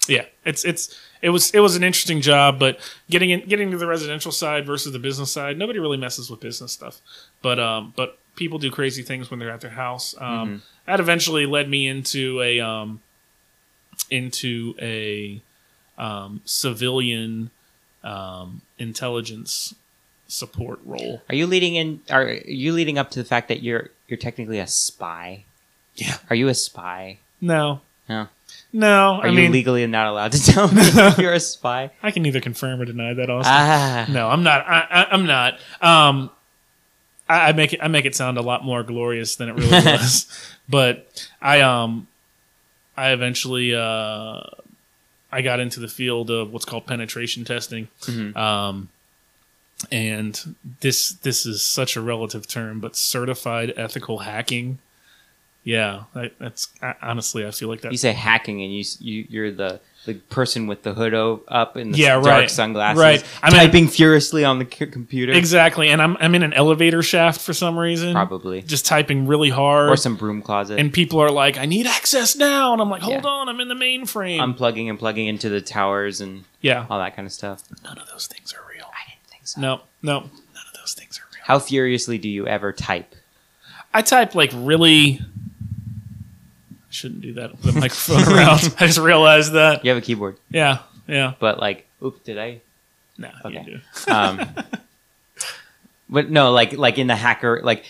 [SPEAKER 2] yeah, it's it's it was it was an interesting job, but getting in, getting to the residential side versus the business side, nobody really messes with business stuff, but um, but people do crazy things when they're at their house. Um,
[SPEAKER 3] Mm-hmm.
[SPEAKER 2] That eventually led me into a um, into a um, civilian um, intelligence support role.
[SPEAKER 3] Are you leading in? Are you leading up to the fact that you're you're technically a spy?
[SPEAKER 2] Yeah.
[SPEAKER 3] Are you a spy?
[SPEAKER 2] No,
[SPEAKER 3] No.
[SPEAKER 2] no.
[SPEAKER 3] Are
[SPEAKER 2] I
[SPEAKER 3] you
[SPEAKER 2] mean,
[SPEAKER 3] legally not allowed to tell me if you're a spy?
[SPEAKER 2] I can neither confirm or deny that. Also,
[SPEAKER 3] Ah.
[SPEAKER 2] No, I'm not. I, I, I'm not. Um, I, I make it. I make it sound a lot more glorious than it really was. But I um, I eventually uh, I got into the field of what's called penetration testing.
[SPEAKER 3] Mhm.
[SPEAKER 2] Um, and this this is such a relative term, but certified ethical hacking. Yeah, that, that's I, honestly, I feel like that
[SPEAKER 3] You say hacking, and you, s- you you're the the person with the hood o- up and the
[SPEAKER 2] Yeah,
[SPEAKER 3] dark
[SPEAKER 2] right.
[SPEAKER 3] sunglasses,
[SPEAKER 2] Right. I mean-
[SPEAKER 3] typing furiously on the c- computer,
[SPEAKER 2] exactly. And I'm I'm in an elevator shaft for some reason,
[SPEAKER 3] probably,
[SPEAKER 2] just typing really hard
[SPEAKER 3] or some broom closet,
[SPEAKER 2] and people are like, "I need access now," and I'm like, "Hold
[SPEAKER 3] Yeah.
[SPEAKER 2] on,
[SPEAKER 3] Um,
[SPEAKER 2] I'm in the mainframe."
[SPEAKER 3] unplugging and plugging into the towers and
[SPEAKER 2] yeah,
[SPEAKER 3] all that kind of stuff.
[SPEAKER 2] none of those things are real.
[SPEAKER 3] I didn't think so.
[SPEAKER 2] No, no, none of those things are real.
[SPEAKER 3] How furiously do you ever type?
[SPEAKER 2] I type like really. I shouldn't do that with the microphone around. I just realized that.
[SPEAKER 3] You have a keyboard,
[SPEAKER 2] Yeah, yeah.
[SPEAKER 3] but like, oop, did I?
[SPEAKER 2] No,
[SPEAKER 3] Okay.
[SPEAKER 2] you do.
[SPEAKER 3] Um, but no, like like in the hacker, like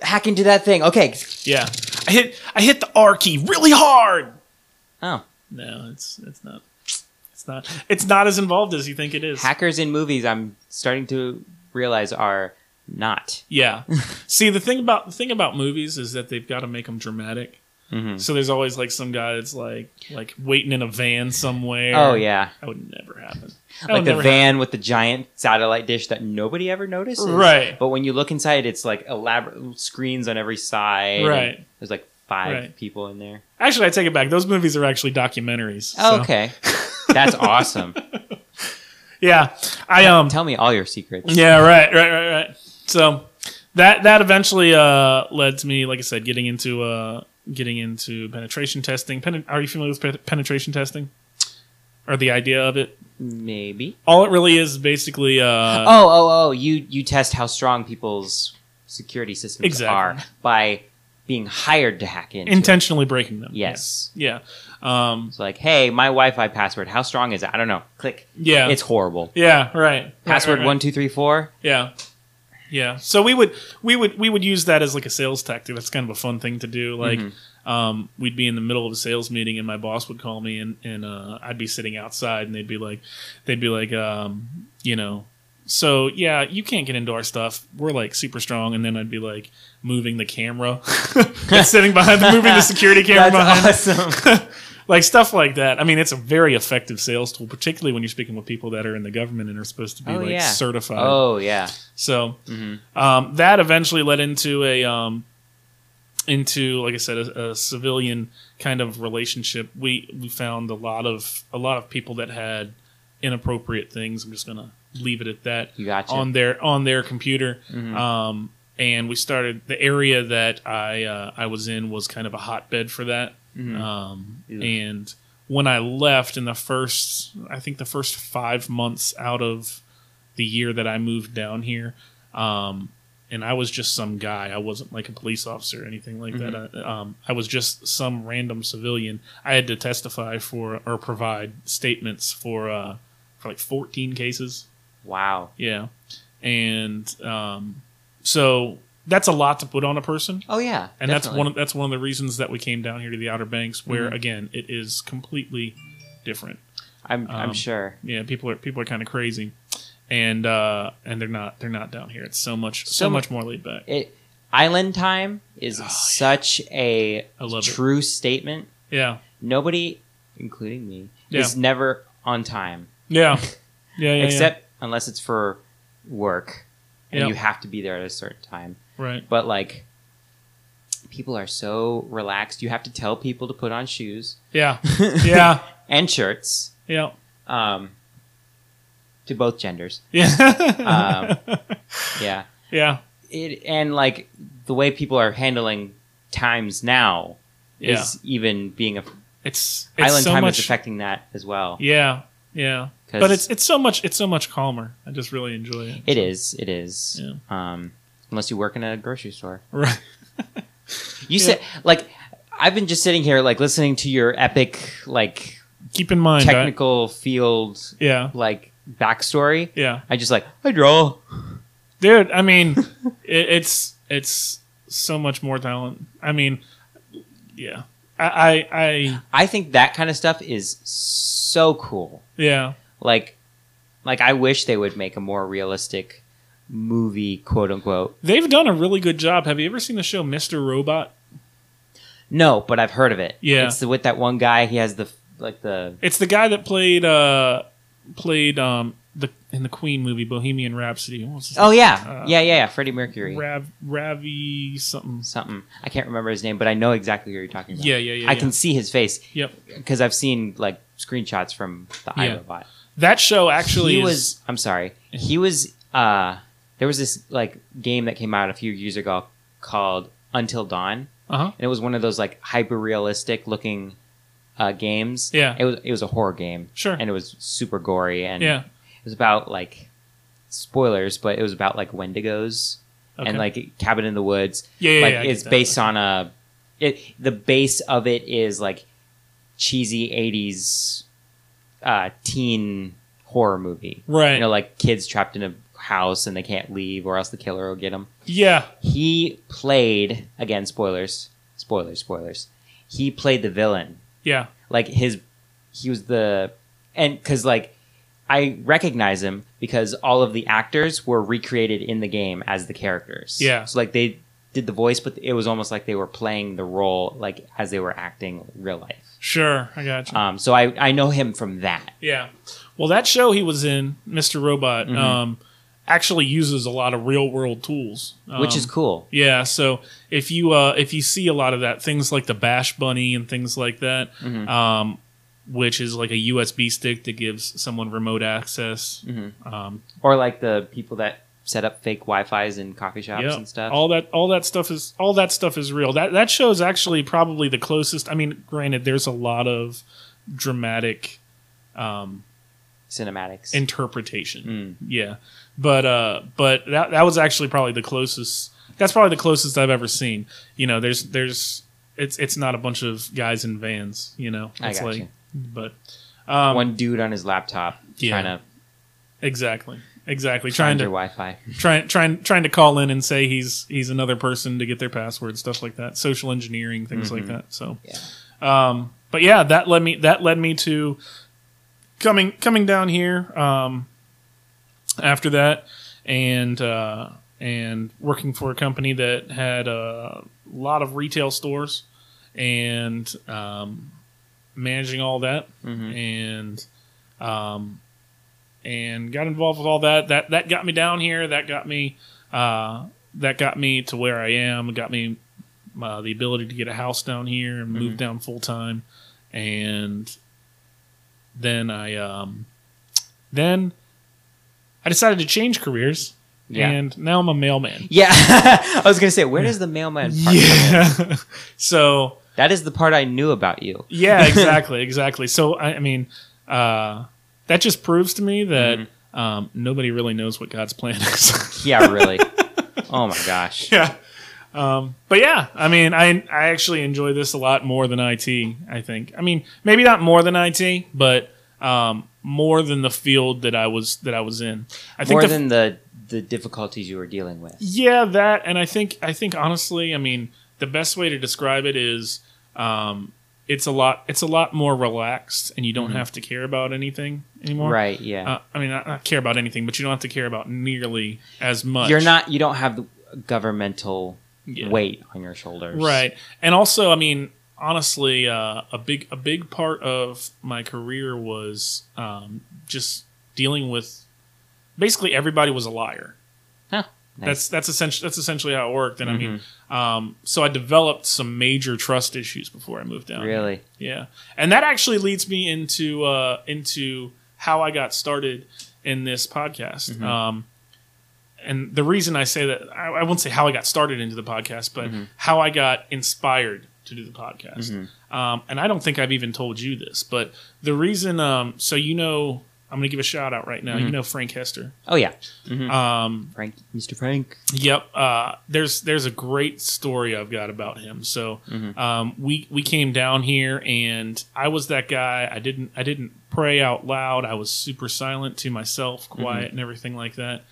[SPEAKER 3] hack into that thing. Okay.
[SPEAKER 2] Yeah, I hit I hit the R key really hard.
[SPEAKER 3] Oh,
[SPEAKER 2] No, it's it's not. It's not. It's not as involved as you think it is.
[SPEAKER 3] hackers in movies. I'm starting to realize are not.
[SPEAKER 2] Yeah. See, the thing about the thing about movies is that they've got to make them dramatic.
[SPEAKER 3] Mhm.
[SPEAKER 2] So there's always like some guy that's like like waiting in a van somewhere.
[SPEAKER 3] Oh yeah.
[SPEAKER 2] that would never happen. That
[SPEAKER 3] like
[SPEAKER 2] would
[SPEAKER 3] the
[SPEAKER 2] Oh, never
[SPEAKER 3] van with the giant satellite dish that nobody ever notices.
[SPEAKER 2] Right.
[SPEAKER 3] But when you look inside, it's like elaborate screens on every side.
[SPEAKER 2] Right.
[SPEAKER 3] and There's like five
[SPEAKER 2] Right.
[SPEAKER 3] people in there. Oh,
[SPEAKER 2] happen. Actually, I take it back. Those movies are actually documentaries. so-
[SPEAKER 3] Okay. That's awesome.
[SPEAKER 2] Yeah, I um.
[SPEAKER 3] Tell me all your secrets.
[SPEAKER 2] Yeah. Right. Right. Right. Right. So that that eventually uh led to me, like I said, getting into uh getting into penetration testing. Pen- are you familiar with pe- penetration testing? Or the idea of it?
[SPEAKER 3] Maybe.
[SPEAKER 2] All it really is basically uh
[SPEAKER 3] oh, oh, oh! You you test how strong people's security systems
[SPEAKER 2] Exactly.
[SPEAKER 3] are by being hired to hack into. it.
[SPEAKER 2] intentionally breaking them.
[SPEAKER 3] Yes.
[SPEAKER 2] Yeah. Yeah. Um,
[SPEAKER 3] It's like, hey, my Wi-Fi password. How strong is it? I don't know. Click.
[SPEAKER 2] yeah.
[SPEAKER 3] It's horrible.
[SPEAKER 2] Yeah, right.
[SPEAKER 3] Password
[SPEAKER 2] right, right,
[SPEAKER 3] one two three four.
[SPEAKER 2] Yeah. Yeah. So we would we would we would use that as like a sales tactic. That's kind of a fun thing to do. Like
[SPEAKER 3] Mm-hmm.
[SPEAKER 2] um, we'd be in the middle of a sales meeting and my boss would call me and, and uh, I'd be sitting outside and they'd be like they'd be like, um, you know, so yeah, you can't get into our stuff. We're like super strong and then I'd be like moving the camera. Like, sitting behind moving the security camera
[SPEAKER 3] That's
[SPEAKER 2] behind
[SPEAKER 3] awesome.
[SPEAKER 2] like stuff like that. I mean, it's a very effective sales tool, particularly when you're speaking with people that are in the government and are supposed to be
[SPEAKER 3] Oh,
[SPEAKER 2] like
[SPEAKER 3] yeah.
[SPEAKER 2] certified.
[SPEAKER 3] Oh yeah.
[SPEAKER 2] So um, that eventually led into a um, into like I said, a, a civilian kind of relationship. We we found a lot of a lot of people that had inappropriate things. I'm just gonna leave it at that
[SPEAKER 3] You gotcha. Mm-hmm.
[SPEAKER 2] on their on their computer. Um, and we started the area that I uh, I was in was kind of a hotbed for that. Um,
[SPEAKER 3] Mm-hmm. Yeah.
[SPEAKER 2] And when I left in the first, I think the first five months out of the year that I moved down here, um, and I was just some guy. I wasn't like a police officer or anything like
[SPEAKER 3] Mm-hmm.
[SPEAKER 2] that. I, um, I was just some random civilian. I had to testify for or provide statements for uh, for like 14 cases.
[SPEAKER 3] wow.
[SPEAKER 2] Yeah. And um, so that's a lot to put on a person.
[SPEAKER 3] Oh yeah.
[SPEAKER 2] And that's one of, that's one of the reasons that we came down here to the Outer Banks where
[SPEAKER 3] Mm-hmm.
[SPEAKER 2] again it is completely different.
[SPEAKER 3] I'm I'm
[SPEAKER 2] um,
[SPEAKER 3] sure.
[SPEAKER 2] Yeah, people are people are kind of crazy. And uh and they're not they're not down here. It's so much so,
[SPEAKER 3] So
[SPEAKER 2] much more laid back.
[SPEAKER 3] It Island Time is such a
[SPEAKER 2] I Oh, love it.
[SPEAKER 3] true statement.
[SPEAKER 2] Yeah.
[SPEAKER 3] Nobody, including me,
[SPEAKER 2] Yeah.
[SPEAKER 3] is never on time
[SPEAKER 2] Yeah. Yeah, yeah. yeah.
[SPEAKER 3] except unless it's for work and
[SPEAKER 2] Yep.
[SPEAKER 3] you have to be there at a certain time.
[SPEAKER 2] right.
[SPEAKER 3] But like people are so relaxed. You have to tell people to put on shoes
[SPEAKER 2] Yeah. Yeah.
[SPEAKER 3] and shirts
[SPEAKER 2] Yeah.
[SPEAKER 3] um to both genders.
[SPEAKER 2] Yeah.
[SPEAKER 3] Um, yeah.
[SPEAKER 2] yeah.
[SPEAKER 3] it and like the way people are handling times now is even being a
[SPEAKER 2] It's, it's
[SPEAKER 3] Island
[SPEAKER 2] so
[SPEAKER 3] Time
[SPEAKER 2] much,
[SPEAKER 3] is affecting that as well.
[SPEAKER 2] Yeah, yeah.
[SPEAKER 3] 'Cause-
[SPEAKER 2] But it's it's so much it's so much calmer. I just really enjoy it.
[SPEAKER 3] It is. It is.
[SPEAKER 2] Yeah.
[SPEAKER 3] Um, unless you work in a grocery store.
[SPEAKER 2] Right.
[SPEAKER 3] You
[SPEAKER 2] Yeah.
[SPEAKER 3] said like I've been just sitting here like listening to your epic like
[SPEAKER 2] Keep in mind, I-
[SPEAKER 3] technical field
[SPEAKER 2] yeah,
[SPEAKER 3] like backstory.
[SPEAKER 2] yeah,
[SPEAKER 3] I just like I draw.
[SPEAKER 2] dude. I mean, it, it's it's so much more talent. I mean, yeah, I, I, I
[SPEAKER 3] I think that kind of stuff is so cool.
[SPEAKER 2] yeah,
[SPEAKER 3] Like like I wish they would make a more realistic movie quote unquote.
[SPEAKER 2] they've done a really good job. Have you ever seen the show Mister Robot?
[SPEAKER 3] No, but I've heard of it.
[SPEAKER 2] Yeah.
[SPEAKER 3] It's the, with that one guy he has the like the
[SPEAKER 2] It's the guy that played uh played um the in the Queen movie Bohemian Rhapsody. What was his
[SPEAKER 3] Oh yeah.
[SPEAKER 2] Uh,
[SPEAKER 3] yeah, yeah, yeah, Freddie Mercury.
[SPEAKER 2] Rav, Ravi something.
[SPEAKER 3] Something. I can't remember his name, but I know exactly who you're talking about.
[SPEAKER 2] Yeah, yeah, yeah.
[SPEAKER 3] I
[SPEAKER 2] yeah.
[SPEAKER 3] can see his face.
[SPEAKER 2] Yep.
[SPEAKER 3] Because I've seen like screenshots from the
[SPEAKER 2] Yeah.
[SPEAKER 3] iRobot.
[SPEAKER 2] That show actually
[SPEAKER 3] he
[SPEAKER 2] is-
[SPEAKER 3] was. I'm sorry. He was. uh There was this like game that came out a few years ago called Until Dawn,
[SPEAKER 2] Uh-huh.
[SPEAKER 3] and it was one of those like hyper realistic looking uh games.
[SPEAKER 2] Yeah.
[SPEAKER 3] It was. It was a horror game.
[SPEAKER 2] Sure.
[SPEAKER 3] And it was super gory, and
[SPEAKER 2] yeah.
[SPEAKER 3] it was about like spoilers, but it was about like Wendigos
[SPEAKER 2] Okay.
[SPEAKER 3] and like Cabin in the Woods
[SPEAKER 2] yeah, yeah,
[SPEAKER 3] like
[SPEAKER 2] yeah, I
[SPEAKER 3] it's
[SPEAKER 2] get that.
[SPEAKER 3] based on a it the base of it is like cheesy 80s uh teen horror movie
[SPEAKER 2] Right.
[SPEAKER 3] you know like kids trapped in a house and they can't leave or else the killer will get them
[SPEAKER 2] yeah.
[SPEAKER 3] he played again spoilers spoilers spoilers he played the villain
[SPEAKER 2] Yeah.
[SPEAKER 3] like his he was the and because like i recognize him because all of the actors were recreated in the game as the characters
[SPEAKER 2] Yeah.
[SPEAKER 3] so like they did the voice but it was almost like they were playing the role like as they were acting real life
[SPEAKER 2] Sure. I got you.
[SPEAKER 3] um so i i know him from that
[SPEAKER 2] yeah. Well, that show he was in, Mr. Robot,
[SPEAKER 3] Mm-hmm.
[SPEAKER 2] um, actually uses a lot of real world tools,
[SPEAKER 3] which
[SPEAKER 2] Um,
[SPEAKER 3] is cool
[SPEAKER 2] Yeah, so if you uh, if you see a lot of that, things like the Bash Bunny and things like that,
[SPEAKER 3] Mm-hmm.
[SPEAKER 2] um, which is like a USB stick that gives someone remote access.
[SPEAKER 3] Mm-hmm.
[SPEAKER 2] Um,
[SPEAKER 3] or like the people that set up fake wi-fi's in coffee shops
[SPEAKER 2] yeah,
[SPEAKER 3] and stuff
[SPEAKER 2] all that all that stuff is all that stuff is real. That that show is actually probably the closest. I mean, granted, there's a lot of dramatic um,
[SPEAKER 3] cinematics
[SPEAKER 2] interpretation.
[SPEAKER 3] Mm.
[SPEAKER 2] Yeah, but uh, but that that was actually probably the closest. That's probably the closest I've ever seen. You know, there's there's it's it's not a bunch of guys in vans. You know,
[SPEAKER 3] I
[SPEAKER 2] it's
[SPEAKER 3] got
[SPEAKER 2] like
[SPEAKER 3] you.
[SPEAKER 2] but um,
[SPEAKER 3] one dude on his laptop
[SPEAKER 2] Yeah.
[SPEAKER 3] trying to
[SPEAKER 2] exactly exactly trying
[SPEAKER 3] find your
[SPEAKER 2] to
[SPEAKER 3] wi-fi
[SPEAKER 2] trying trying trying to call in and say he's he's another person to get their password stuff like that social engineering things like that so
[SPEAKER 3] Mm-hmm. Yeah.
[SPEAKER 2] um but yeah that led me that led me to coming coming down here um after that and uh and working for a company that had a lot of retail stores and um managing all that
[SPEAKER 3] Mhm.
[SPEAKER 2] and um, and got involved with all that. That that got me down here. That got me uh, that got me to where I am. Got me uh, the ability to get a house down here and move down full time. And then I um, then I decided to change careers.
[SPEAKER 3] Yeah.
[SPEAKER 2] And now I'm a mailman.
[SPEAKER 3] yeah i was gonna say where does the mailman part come in?
[SPEAKER 2] Yeah. so
[SPEAKER 3] That is the part I knew about you.
[SPEAKER 2] Yeah, exactly, exactly. So I, I mean, uh, that just proves to me that
[SPEAKER 3] Mm-hmm.
[SPEAKER 2] um, nobody really knows what God's plan is.
[SPEAKER 3] Yeah, really. oh my gosh.
[SPEAKER 2] yeah. Um, but yeah, I mean, I I actually enjoy this a lot more than IT. I think. I mean, maybe not more than IT, but um, more than the field that I was that I was in. I think
[SPEAKER 3] More
[SPEAKER 2] the,
[SPEAKER 3] than the the difficulties you were dealing with.
[SPEAKER 2] Yeah, that, and I think I think honestly, I mean, the best way to describe it is, um, it's a lot it's a lot more relaxed, and you
[SPEAKER 3] Mm-hmm.
[SPEAKER 2] don't have to care about anything anymore.
[SPEAKER 3] Right, yeah.
[SPEAKER 2] Uh, I mean, not, not care about anything, but you don't have to care about nearly as much.
[SPEAKER 3] You're not you don't have the governmental
[SPEAKER 2] Yeah.
[SPEAKER 3] weight on your shoulders.
[SPEAKER 2] right, and also, I mean, honestly, uh, a big a big part of my career was um, just dealing with. Basically, everybody was a liar.
[SPEAKER 3] Huh.
[SPEAKER 2] That's that's essentially that's essentially how it worked. And
[SPEAKER 3] Mm-hmm.
[SPEAKER 2] I mean, um, so I developed some major trust issues before I moved down.
[SPEAKER 3] Really.
[SPEAKER 2] Yeah, and that actually leads me into uh, into how I got started in this podcast. Um, and the reason I say that I, I won't say how I got started into the podcast, but how I got inspired to do the podcast. Um, and I don't think I've even told you this, but the reason, um, so you know, I'm going to give a shout out right now. You know Frank Hester.
[SPEAKER 3] Oh yeah,
[SPEAKER 2] Um,
[SPEAKER 3] Frank, Mr. Frank.
[SPEAKER 2] Yep. Uh, there's there's a great story I've got about him. So um, we we came down here and I was that guy. I didn't I didn't pray out loud. I was super silent to myself, quiet and everything like that.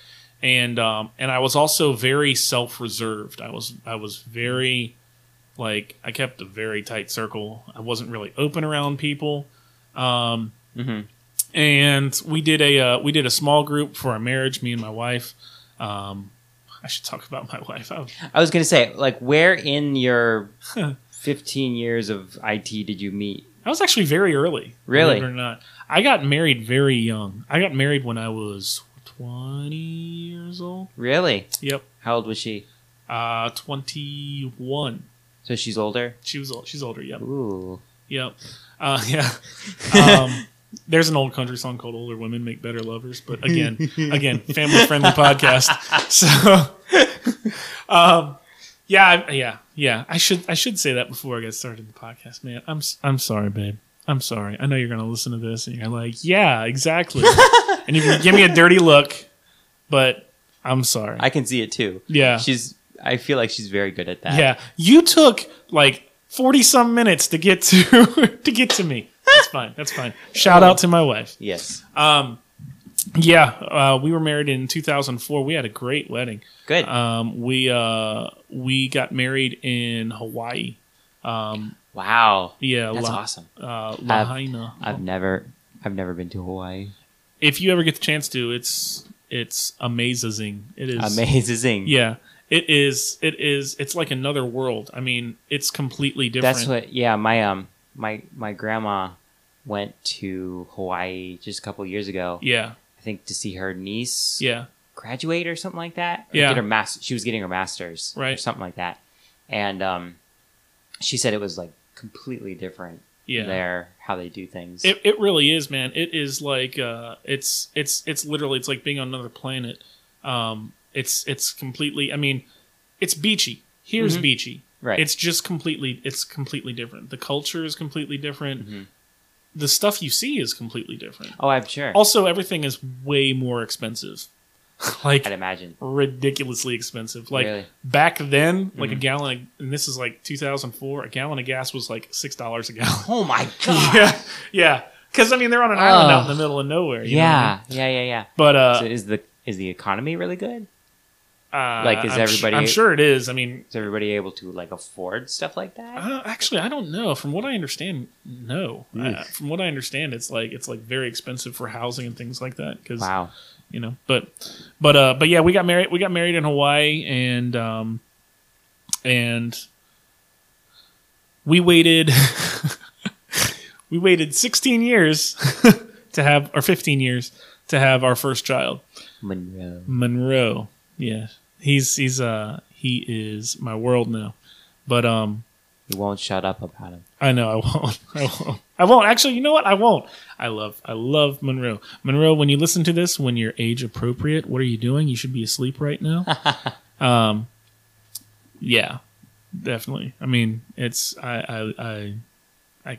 [SPEAKER 2] And um, and I was also very self reserved. I was I was very like I kept a very tight circle. I wasn't really open around people. Um,
[SPEAKER 3] Mhm.
[SPEAKER 2] And we did a uh, we did a small group for our marriage. Me and my wife. Um, I should talk about my wife. Oh,
[SPEAKER 3] I was gonna say, like, where in your 15 years of IT did you meet?
[SPEAKER 2] I was actually very early.
[SPEAKER 3] Really?
[SPEAKER 2] believe it or not, I got married very young. I got married when I was twenty years old.
[SPEAKER 3] Really?
[SPEAKER 2] Yep,
[SPEAKER 3] How old was she?
[SPEAKER 2] uh, twenty-one.
[SPEAKER 3] So she's older.
[SPEAKER 2] She was old. She's older. Yep,
[SPEAKER 3] Ooh.
[SPEAKER 2] yep, uh, yeah. Um, there's an old country song called "Older Women Make Better Lovers," but again, again, family-friendly podcast. So, um, yeah, I- yeah, yeah. I should I should say that before I get started in the podcast, man. I'm s- I'm sorry, babe. I'm sorry. I know you're gonna listen to this, and you're like, yeah, exactly. and you're gonna give me a dirty look, but I'm sorry.
[SPEAKER 3] I can see it too.
[SPEAKER 2] yeah,
[SPEAKER 3] She's. I feel like she's very good at that.
[SPEAKER 2] yeah. You took like forty some minutes to get to to get to me. That's fine. That's fine. Shout out to my wife. Um,
[SPEAKER 3] Yes.
[SPEAKER 2] Yeah, uh, we were married in 2004. We had a great wedding.
[SPEAKER 3] Good.
[SPEAKER 2] Um, we uh, we got married in Hawaii.
[SPEAKER 3] wow.
[SPEAKER 2] Yeah,
[SPEAKER 3] That's
[SPEAKER 2] La-
[SPEAKER 3] awesome.
[SPEAKER 2] Uh,
[SPEAKER 3] I've-
[SPEAKER 2] Lahaina.
[SPEAKER 3] I've never. I've never been to Hawaii.
[SPEAKER 2] if you ever get the chance to, it's it's amazing. It is
[SPEAKER 3] Amazing.
[SPEAKER 2] Yeah, it is. It is. It's like another world. I mean, it's completely different.
[SPEAKER 3] That's what. Yeah. My um. My my grandma went to Hawaii just a couple years ago.
[SPEAKER 2] Yeah,
[SPEAKER 3] I think to see her niece.
[SPEAKER 2] yeah,
[SPEAKER 3] graduate or something like that. Or
[SPEAKER 2] Yeah.
[SPEAKER 3] Get her mas- she was getting her master's or
[SPEAKER 2] Right.
[SPEAKER 3] something like that. And um, she said it was like completely different
[SPEAKER 2] yeah.
[SPEAKER 3] there, how they do things.
[SPEAKER 2] It, it really is, man. It is like uh, it's it's it's literally it's like being on another planet. Um, it's it's completely. I mean, it's beachy. Here's
[SPEAKER 3] Mhm.
[SPEAKER 2] beachy.
[SPEAKER 3] right.
[SPEAKER 2] It's just completely. It's completely different. The culture is completely different.
[SPEAKER 3] Mhm.
[SPEAKER 2] The stuff you see is completely different.
[SPEAKER 3] oh, I'm sure.
[SPEAKER 2] Also, everything is way more expensive. like
[SPEAKER 3] I'd imagine.
[SPEAKER 2] ridiculously expensive. Like
[SPEAKER 3] Really? Mm-hmm.
[SPEAKER 2] back then, like a gallon, of, and this is like 2004. A gallon of gas was like six dollars a gallon.
[SPEAKER 3] Oh my God. Yeah.
[SPEAKER 2] yeah, yeah. Because I mean, they're on an island out in the middle of nowhere. You know what I mean?
[SPEAKER 3] Yeah. Yeah. Yeah.
[SPEAKER 2] But uh,
[SPEAKER 3] so is the is the economy really good?
[SPEAKER 2] uh,
[SPEAKER 3] like, is
[SPEAKER 2] I'm su-
[SPEAKER 3] everybody-
[SPEAKER 2] I'm sure it is. I mean,
[SPEAKER 3] Is everybody able to like afford stuff like that?
[SPEAKER 2] uh, actually, I don't know. From what I understand, no.
[SPEAKER 3] Mm.
[SPEAKER 2] Uh, from what I understand, it's like it's like very expensive for housing and things like that. Because
[SPEAKER 3] Wow.
[SPEAKER 2] you know but but uh but yeah we got married we got married in hawaii and um and we waited we waited 16 years to have or 15 years to have our first child
[SPEAKER 3] Monroe.
[SPEAKER 2] monroe yeah he's he's uh he is my world now but um
[SPEAKER 3] You won't shut up about him.
[SPEAKER 2] I know I won't. I won't. I won't. Actually, you know what? I won't. I love. I love Monroe. Monroe, when you listen to this, when you're age appropriate, what are you doing? You should be asleep right now. um, yeah, definitely. I mean, it's I I I. I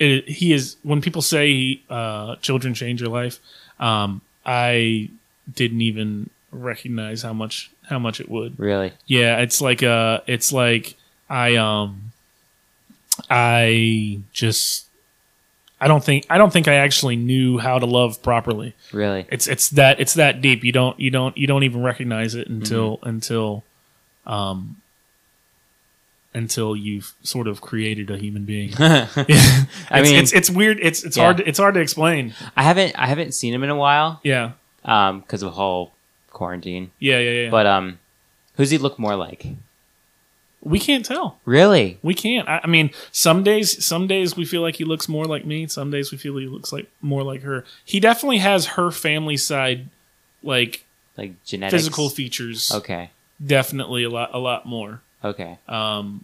[SPEAKER 2] it, he is when people say uh, children change your life. Um, I didn't even recognize how much how much it would.
[SPEAKER 3] Really?
[SPEAKER 2] Yeah, it's like uh it's like I um I just I don't think I don't think I actually knew how to love properly.
[SPEAKER 3] Really?
[SPEAKER 2] It's it's that it's that deep. You don't you don't you don't even recognize it until
[SPEAKER 3] Mm-hmm.
[SPEAKER 2] until um until you've sort of created a human being.
[SPEAKER 3] I
[SPEAKER 2] I it's,
[SPEAKER 3] mean-
[SPEAKER 2] it's it's weird. It's it's
[SPEAKER 3] Yeah.
[SPEAKER 2] hard to, it's hard to explain.
[SPEAKER 3] haven't I haven't seen him in a while
[SPEAKER 2] Yeah.
[SPEAKER 3] um because of the whole quarantine.
[SPEAKER 2] Yeah, yeah, yeah.
[SPEAKER 3] But um, who's he look more like?
[SPEAKER 2] we can't tell.
[SPEAKER 3] Really?
[SPEAKER 2] We can't. I, I mean, some days, some days we feel like he looks more like me. Some days we feel he looks like more like her. He definitely has her family side, like
[SPEAKER 3] Like genetics?
[SPEAKER 2] physical features,
[SPEAKER 3] Okay.
[SPEAKER 2] definitely a lot, a lot more.
[SPEAKER 3] Okay.
[SPEAKER 2] Um,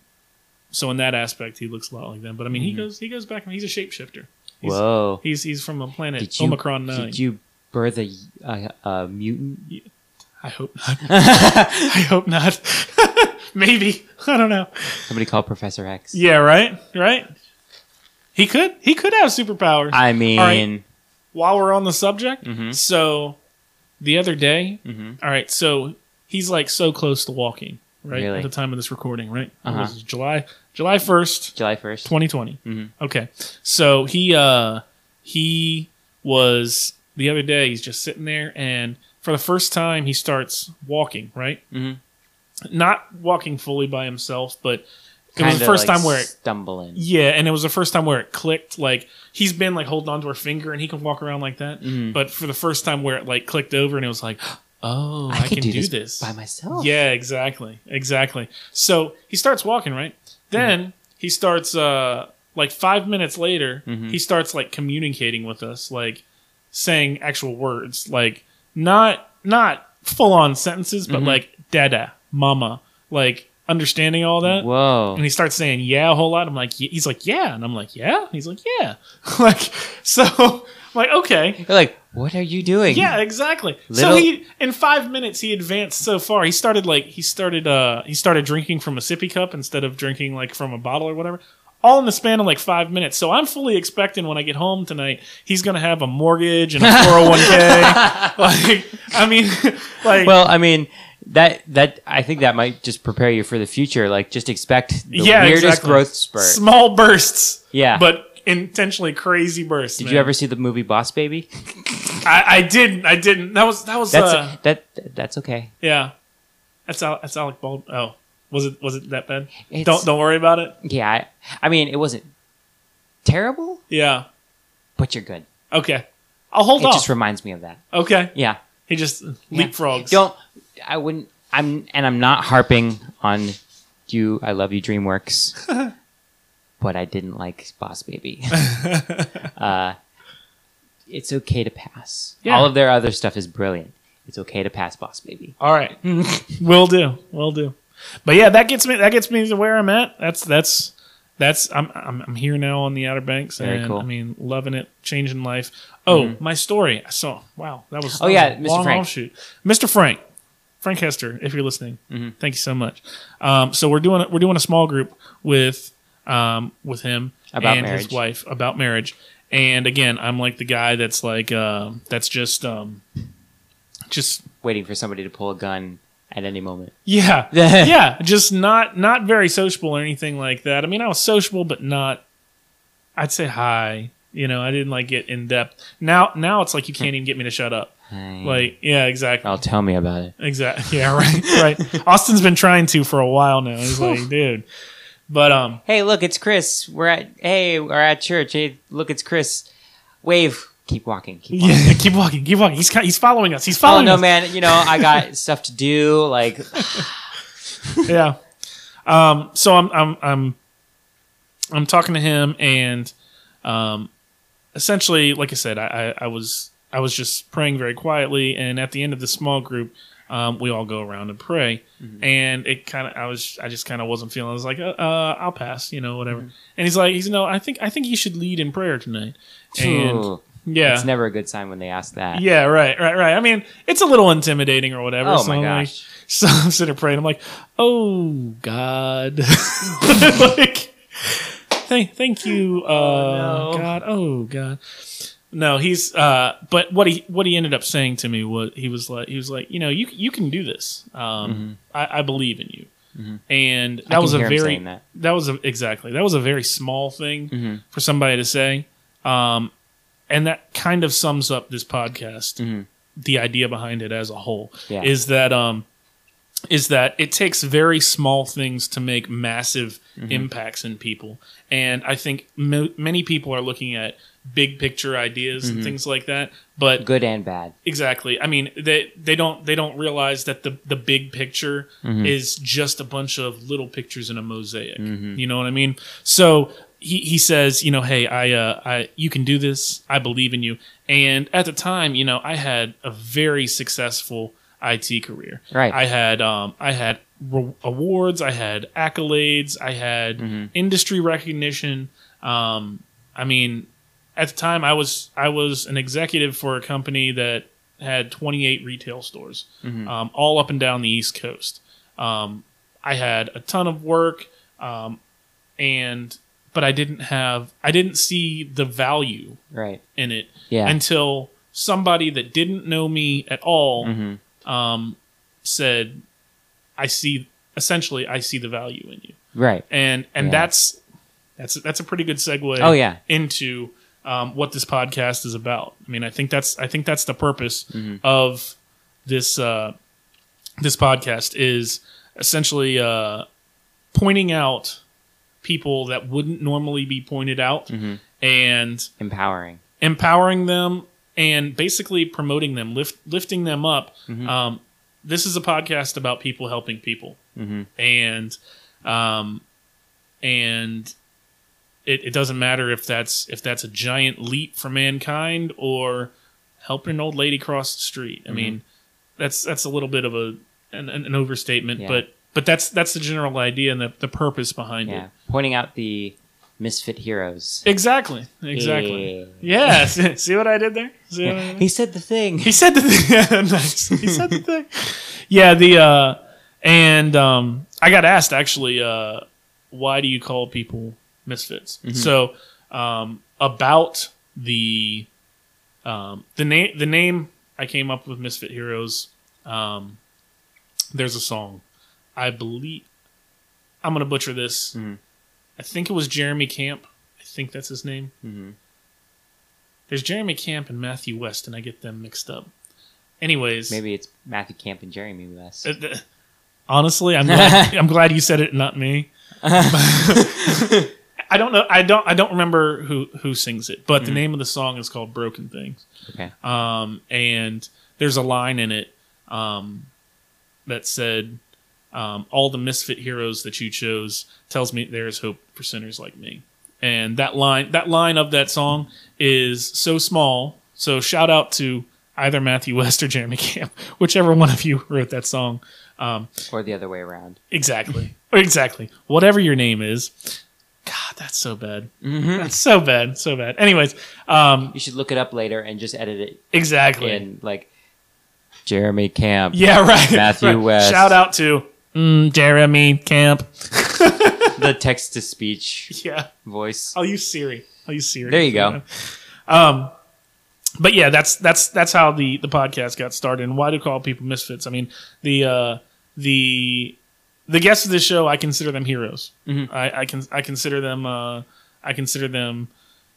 [SPEAKER 2] so in that aspect, he looks a lot like them. But I mean, he goes, he goes back. and He's a shapeshifter. He's,
[SPEAKER 3] Mm-hmm. Whoa.
[SPEAKER 2] He's he's from a planet
[SPEAKER 3] Did you
[SPEAKER 2] Omicron Nine.
[SPEAKER 3] Did you birth a a, a mutant?
[SPEAKER 2] I hope not. I hope not. Maybe. I don't know.
[SPEAKER 3] Somebody called Professor X.
[SPEAKER 2] Yeah, right? Right? He could he could have superpowers.
[SPEAKER 3] I mean,
[SPEAKER 2] All right. While we're on the subject,
[SPEAKER 3] Mhm.
[SPEAKER 2] so the other day,
[SPEAKER 3] Mhm.
[SPEAKER 2] all right, so he's like so close to walking, right?
[SPEAKER 3] Really?
[SPEAKER 2] At the time of this recording, right? What
[SPEAKER 3] Uh-huh.
[SPEAKER 2] was it, July July 1st,
[SPEAKER 3] July first.
[SPEAKER 2] 2020.
[SPEAKER 3] Mhm.
[SPEAKER 2] Okay. So he uh he was the other day he's just sitting there and for the first time he starts walking, right?
[SPEAKER 3] Mhm.
[SPEAKER 2] Not walking fully by himself, but it was the first time where it,
[SPEAKER 3] stumbling.
[SPEAKER 2] yeah, and it was the first time where it clicked like he's been like holding onto her finger and he can walk around like that.
[SPEAKER 3] Mhm.
[SPEAKER 2] But for the first time where it like clicked over and it was like, "Oh, I, can, do, this
[SPEAKER 3] by myself.
[SPEAKER 2] yeah, exactly. Exactly. So he starts walking, right? Then he starts uh like 5 minutes later,
[SPEAKER 3] Mhm.
[SPEAKER 2] he starts like communicating with us, like saying actual words, like not not full on sentences, but
[SPEAKER 3] Mhm.
[SPEAKER 2] like dada, mama, like understanding all that.
[SPEAKER 3] Whoa.
[SPEAKER 2] And he starts saying yeah a whole lot. I'm like "Y-" he's like yeah, and I'm like yeah. He's like yeah. like so I'm like okay.
[SPEAKER 3] You're like, what are you doing?
[SPEAKER 2] Yeah, exactly.
[SPEAKER 3] Little-
[SPEAKER 2] So he in five minutes he advanced so far. He started like he started uh he started drinking from a sippy cup instead of drinking like from a bottle or whatever. All in the span of like five minutes. So I'm fully expecting when I get home tonight, he's gonna have a mortgage and a 401k. like I mean like
[SPEAKER 3] Well, I mean, that that I think that might just prepare you for the future. Like, just expect the
[SPEAKER 2] Yeah,
[SPEAKER 3] weirdest
[SPEAKER 2] exactly.
[SPEAKER 3] growth spurt.
[SPEAKER 2] small bursts.
[SPEAKER 3] Yeah.
[SPEAKER 2] But intentionally crazy bursts.
[SPEAKER 3] Did
[SPEAKER 2] man.
[SPEAKER 3] you ever see the movie Boss Baby?
[SPEAKER 2] I, I didn't. I didn't. That was that was
[SPEAKER 3] That's
[SPEAKER 2] uh,
[SPEAKER 3] that that's okay.
[SPEAKER 2] yeah. That's Al- that's Alec Bald. Oh, was it was it that bad?
[SPEAKER 3] It's-
[SPEAKER 2] Don't don't worry about it.
[SPEAKER 3] Yeah, I, I mean, it wasn't terrible,
[SPEAKER 2] Yeah.
[SPEAKER 3] but you're good.
[SPEAKER 2] Okay. I'll hold
[SPEAKER 3] it
[SPEAKER 2] off.
[SPEAKER 3] just reminds me of that.
[SPEAKER 2] okay.
[SPEAKER 3] Yeah.
[SPEAKER 2] He just
[SPEAKER 3] yeah.
[SPEAKER 2] leapfrogs.
[SPEAKER 3] Don't. I wouldn't. I'm and I'm not harping on you. I love you, DreamWorks. but I didn't like Boss Baby. uh, it's okay to pass.
[SPEAKER 2] Yeah.
[SPEAKER 3] All of their other stuff is brilliant. It's okay to pass Boss Baby.
[SPEAKER 2] All right. Will do. Will do. But yeah, that gets me that gets me to where I'm at. That's that's that's I'm I'm, I'm here now on the Outer Banks
[SPEAKER 3] Very
[SPEAKER 2] and
[SPEAKER 3] cool. Mm-hmm.
[SPEAKER 2] I mean loving it, changing life. Oh, my story. I saw wow, that was
[SPEAKER 3] Oh,
[SPEAKER 2] that
[SPEAKER 3] yeah,
[SPEAKER 2] was a
[SPEAKER 3] Mr.
[SPEAKER 2] long
[SPEAKER 3] Frank.
[SPEAKER 2] offshoot. Mr. Frank. Frank Hester, if you're listening.
[SPEAKER 3] Mm-hmm.
[SPEAKER 2] Thank you so much. Um, so we're doing we're doing a small group with um, with him
[SPEAKER 3] About
[SPEAKER 2] and
[SPEAKER 3] marriage.
[SPEAKER 2] his wife about marriage. And again, I'm like the guy that's like um, that's just um, just
[SPEAKER 3] Waiting for somebody to pull a gun at any moment.
[SPEAKER 2] yeah. yeah. Just not not very sociable or anything like that. I mean, I was sociable but not I'd say hi. You know, I didn't like get in depth. Now now it's like you can't even get me to shut up. Like, yeah, exactly.
[SPEAKER 3] oh, tell me about it.
[SPEAKER 2] Exactly. Yeah, right. Right. Austin's been trying to for a while now. He's like, dude. But um
[SPEAKER 3] Hey, look, it's Chris. We're at. Hey, we're at church. Hey, look, it's Chris. Wave. Keep walking. Keep walking.
[SPEAKER 2] yeah, keep walking, keep walking. He's ca- he's following us. He's
[SPEAKER 3] Oh
[SPEAKER 2] following
[SPEAKER 3] no,
[SPEAKER 2] us.
[SPEAKER 3] man! You know I got stuff to do. Like,
[SPEAKER 2] yeah. Um, so I'm I'm I'm I'm talking to him, and um, essentially, like I said, I, I I was I was just praying very quietly, and at the end of the small group, um, we all go around and pray,
[SPEAKER 3] Mm-hmm.
[SPEAKER 2] and it kind of I was I just kind of wasn't feeling. I was like, uh, uh, I'll pass, you know, whatever.
[SPEAKER 3] Mm-hmm.
[SPEAKER 2] And he's like, he's no, I think I think you should lead in prayer tonight, and
[SPEAKER 3] phew,
[SPEAKER 2] yeah.
[SPEAKER 3] it's never a good sign when they ask that.
[SPEAKER 2] yeah, right, right, right. I mean, it's a little intimidating or whatever.
[SPEAKER 3] Oh
[SPEAKER 2] so
[SPEAKER 3] my
[SPEAKER 2] I'm like-
[SPEAKER 3] gosh!
[SPEAKER 2] so I'm sitting there praying. I'm like, oh God, like, thank, thank you, uh,
[SPEAKER 3] Oh, no.
[SPEAKER 2] God, oh God. No, he's. Uh, but what he what he ended up saying to me was he was like he was like you know you you can do this. Um, I, I believe in you. And that
[SPEAKER 3] Mm-hmm. can
[SPEAKER 2] was a
[SPEAKER 3] hear him
[SPEAKER 2] very
[SPEAKER 3] saying that.
[SPEAKER 2] was a, exactly that was a very small thing
[SPEAKER 3] Mhm.
[SPEAKER 2] for somebody to say. Um, and that kind of sums up this podcast
[SPEAKER 3] Mhm.
[SPEAKER 2] the idea behind it as a whole
[SPEAKER 3] Yeah.
[SPEAKER 2] is that um is that it takes very small things to make massive impacts in people and i think mo- many people are looking at big picture ideas and things like that but
[SPEAKER 3] Good and bad.
[SPEAKER 2] exactly i mean they they don't they don't realize that the the big picture is just a bunch of little pictures in a mosaic you know what i mean so he, he says you know hey i uh i you can do this i believe in you and at the time you know i had a very successful it career
[SPEAKER 3] Right.
[SPEAKER 2] i had um i had re- awards i had accolades i had industry recognition um i mean at the time I was I was an executive for a company that
[SPEAKER 3] Mm-hmm.
[SPEAKER 2] had 28 retail stores, um, all up and down the East Coast. Um, I had a ton of work, um, and but I didn't have I didn't see the value
[SPEAKER 3] Right.
[SPEAKER 2] in it
[SPEAKER 3] Yeah.
[SPEAKER 2] until somebody that didn't know me at all
[SPEAKER 3] hmm
[SPEAKER 2] um, said, "I see." Essentially, I see the value in you,
[SPEAKER 3] Right.
[SPEAKER 2] and and
[SPEAKER 3] Yeah.
[SPEAKER 2] that's that's that's a pretty good segue.
[SPEAKER 3] Oh, yeah.
[SPEAKER 2] into um, what this podcast is about. I mean, I think that's I think that's the purpose
[SPEAKER 3] Mhm.
[SPEAKER 2] of this uh, this podcast is essentially uh, pointing out people that wouldn't normally be pointed out
[SPEAKER 3] Mhm.
[SPEAKER 2] and
[SPEAKER 3] Empowering.
[SPEAKER 2] empowering them and basically promoting them, lift, lifting them up.
[SPEAKER 3] Mhm.
[SPEAKER 2] Um, this is a podcast about people helping people,
[SPEAKER 3] hmm
[SPEAKER 2] and um, and it, it doesn't matter if that's if that's a giant leap for mankind or helping an old lady cross the street. I
[SPEAKER 3] Mhm.
[SPEAKER 2] mean, that's that's a little bit of a an, an overstatement,
[SPEAKER 3] Yeah.
[SPEAKER 2] but but that's that's the general idea and the, the purpose behind
[SPEAKER 3] Yeah.
[SPEAKER 2] it.
[SPEAKER 3] Pointing out the misfit heroes.
[SPEAKER 2] Exactly. Exactly.
[SPEAKER 3] Yeah.
[SPEAKER 2] Yeah. See what I did there? See what I did
[SPEAKER 3] Yeah.
[SPEAKER 2] there?
[SPEAKER 3] He said the thing.
[SPEAKER 2] He said the thing. Yeah, nice. He said the thing. Yeah, the uh and um I got asked actually uh why do you call people misfits?
[SPEAKER 3] Mhm.
[SPEAKER 2] So um about the um the name the name I came up with Misfit Heroes um there's a song I believe I'm going to butcher this.
[SPEAKER 3] Mhm.
[SPEAKER 2] I think it was Jeremy Camp. I think that's his name.
[SPEAKER 3] hmm
[SPEAKER 2] There's Jeremy Camp and Matthew West, and I get them mixed up. Anyways,
[SPEAKER 3] Maybe it's Matthew Camp and Jeremy West.
[SPEAKER 2] uh, th- honestly, I'm glad, I'm glad you said it, not me. I don't know. I don't. I don't remember who who sings it, but the name of the song is called "Broken Things."
[SPEAKER 3] Okay.
[SPEAKER 2] Um, and there's a line in it um, that said, um, "All the misfit heroes that you chose tells me there is hope for sinners like me." And that line, that line of that song is so small. So shout out to either Matthew West or Jeremy Camp, whichever one of you wrote that song. Um,
[SPEAKER 3] Or the other way around.
[SPEAKER 2] exactly, exactly. Whatever your name is. God, that's so bad.
[SPEAKER 3] Mm-hmm.
[SPEAKER 2] That's so bad, so bad. Anyways, um,
[SPEAKER 3] You should look it up later and just edit it
[SPEAKER 2] exactly.
[SPEAKER 3] in like Jeremy Camp.
[SPEAKER 2] Yeah, right.
[SPEAKER 3] Matthew
[SPEAKER 2] Right.
[SPEAKER 3] West.
[SPEAKER 2] Shout out to mm, Jeremy Camp.
[SPEAKER 3] The text to speech
[SPEAKER 2] Yeah,
[SPEAKER 3] voice.
[SPEAKER 2] I'll use Siri. I'll use Siri.
[SPEAKER 3] There you go.
[SPEAKER 2] Um, but yeah, that's that's that's how the the podcast got started. And why do call people misfits? I mean, the uh, the the guests of this show, I consider them heroes.
[SPEAKER 3] Mhm.
[SPEAKER 2] I, I can I consider them uh, I consider them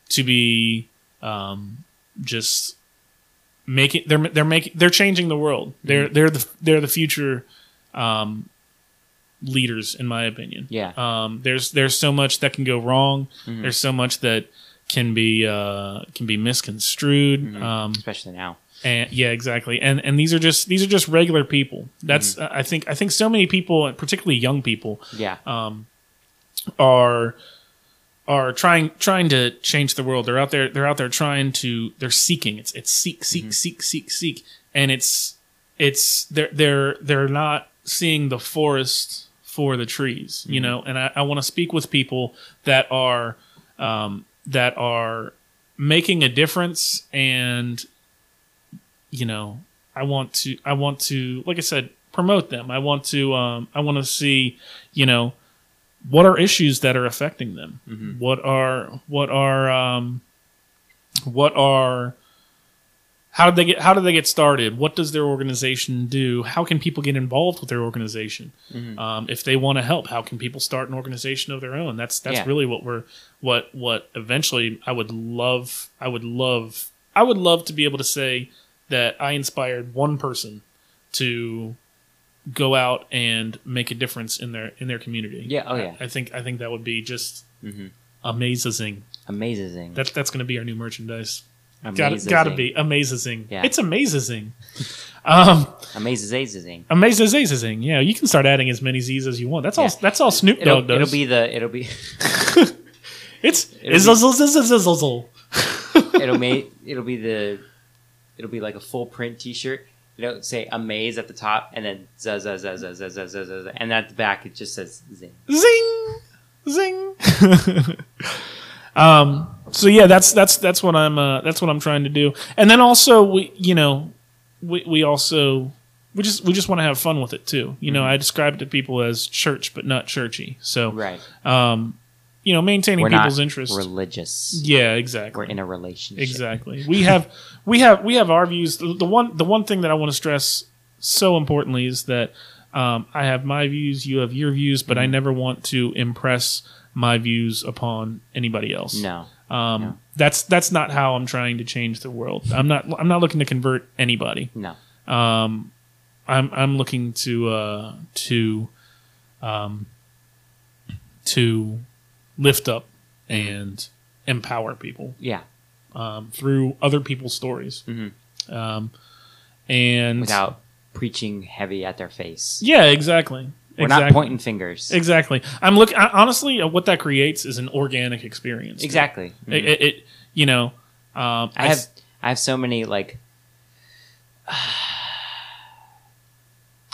[SPEAKER 2] to be um, just making they're they're making they're changing the world. They're
[SPEAKER 3] Mm-hmm.
[SPEAKER 2] they're the they're the future um, leaders, in my opinion.
[SPEAKER 3] Yeah.
[SPEAKER 2] Um, there's there's so much that can go wrong.
[SPEAKER 3] Mhm.
[SPEAKER 2] There's so much that can be uh, can be misconstrued.
[SPEAKER 3] Mhm.
[SPEAKER 2] Um,
[SPEAKER 3] Especially now.
[SPEAKER 2] and yeah, exactly. And and these are just these are just regular people. That's I think I think so many people, and particularly young people,
[SPEAKER 3] Yeah.
[SPEAKER 2] um, are are trying trying to change the world. They're out there. They're out there trying to. They're seeking. It's it's seek seek seek seek seek. And it's it's they're they're they're not seeing the forest for the trees. You know. And I, I want to speak with people that are um, that are making a difference and you know i want to i want to like i said promote them i want to um, i want to see you know what are issues that are affecting them
[SPEAKER 3] Mhm.
[SPEAKER 2] what are what are um, what are how did they get how did they get started what does their organization do how can people get involved with their organization
[SPEAKER 3] Mhm.
[SPEAKER 2] um, if they want to help how can people start an organization of their own that's that's
[SPEAKER 3] Yeah.
[SPEAKER 2] really what we're what what eventually i would love i would love i would love to be able to say that i inspired one person to go out and make a difference in their in their community
[SPEAKER 3] Yeah, oh, yeah.
[SPEAKER 2] i, I think i think that would be just
[SPEAKER 3] Mm-hmm.
[SPEAKER 2] amazing
[SPEAKER 3] Amazing.
[SPEAKER 2] that that's going to be our new merchandise Gotta,
[SPEAKER 3] Amazing.
[SPEAKER 2] gotta be amazing.
[SPEAKER 3] Yeah.
[SPEAKER 2] It's amazing. um,
[SPEAKER 3] Amazing.
[SPEAKER 2] amazing. Yeah, you can start adding as many Z's as you want. That's all.
[SPEAKER 3] Yeah.
[SPEAKER 2] That's all Snoop
[SPEAKER 3] It'll,
[SPEAKER 2] Dogg does.
[SPEAKER 3] it'll be the it'll be
[SPEAKER 2] It's
[SPEAKER 3] It'll
[SPEAKER 2] is-
[SPEAKER 3] be-
[SPEAKER 2] is- is- is- is- is- is-
[SPEAKER 3] it'll ma- it'll be the it'll be like a full print T-shirt. You know, say amaze at the top, and then za za za za za za za za, za, and at the back it just says zing.
[SPEAKER 2] zing zing. um. So yeah, that's that's that's what I'm uh, that's what I'm trying to do. And then also we you know we we also we just we just want to have fun with it too. You know, I describe it to people as church, but not churchy. So,
[SPEAKER 3] Mm-hmm. Right.
[SPEAKER 2] um, you know, maintaining
[SPEAKER 3] We're
[SPEAKER 2] people's
[SPEAKER 3] not
[SPEAKER 2] interest.
[SPEAKER 3] religious.
[SPEAKER 2] yeah, exactly.
[SPEAKER 3] We're in a relationship.
[SPEAKER 2] Exactly. We have we have we have our views. The the one the one thing that I want to stress so importantly is that um, I have my views, you have your views, but I
[SPEAKER 3] Mm-hmm.
[SPEAKER 2] never want to impress my views upon anybody else.
[SPEAKER 3] No.
[SPEAKER 2] Um,
[SPEAKER 3] no.
[SPEAKER 2] That's that's not how I'm trying to change the world. I'm not I'm not looking to convert anybody.
[SPEAKER 3] No.
[SPEAKER 2] Um, I'm I'm looking to uh, to um, to lift up and empower people
[SPEAKER 3] Yeah.
[SPEAKER 2] um, through other people's stories.
[SPEAKER 3] Mhm.
[SPEAKER 2] Um, and
[SPEAKER 3] Without preaching heavy at their face.
[SPEAKER 2] yeah, exactly.
[SPEAKER 3] We're
[SPEAKER 2] exactly.
[SPEAKER 3] not pointing fingers.
[SPEAKER 2] Exactly. I'm looking honestly at what that creates is an organic experience.
[SPEAKER 3] Exactly. Mhm.
[SPEAKER 2] It, it, it- you know, um,
[SPEAKER 3] I have I have so many like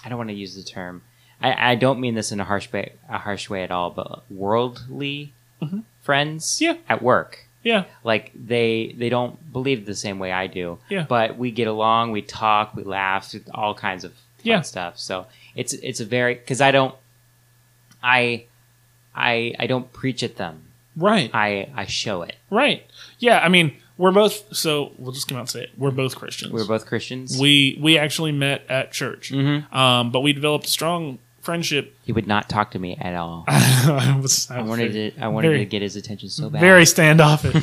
[SPEAKER 3] I don't want to use the term. I, I don't mean this in a harsh way, a harsh way at all, but worldly
[SPEAKER 2] Mhm.
[SPEAKER 3] friends
[SPEAKER 2] Yeah.
[SPEAKER 3] at work.
[SPEAKER 2] yeah,
[SPEAKER 3] Like they they don't believe the same way I do.
[SPEAKER 2] Yeah.
[SPEAKER 3] But we get along, we talk, we laugh, all kinds of fun
[SPEAKER 2] Yeah.
[SPEAKER 3] stuff. So it's it's a very cuz I don't I I I don't preach at them.
[SPEAKER 2] right,
[SPEAKER 3] I I show it.
[SPEAKER 2] right. Yeah, I mean, we're both. So we'll just come out and say it. We're both Christians.
[SPEAKER 3] We're both Christians.
[SPEAKER 2] we we actually met at church,
[SPEAKER 3] Mhm.
[SPEAKER 2] um, but we developed a strong friendship.
[SPEAKER 3] He would not talk to me at all.
[SPEAKER 2] I was, I
[SPEAKER 3] I
[SPEAKER 2] was
[SPEAKER 3] wanted
[SPEAKER 2] very,
[SPEAKER 3] to. I wanted
[SPEAKER 2] very-
[SPEAKER 3] to get his attention so bad.
[SPEAKER 2] very standoffish.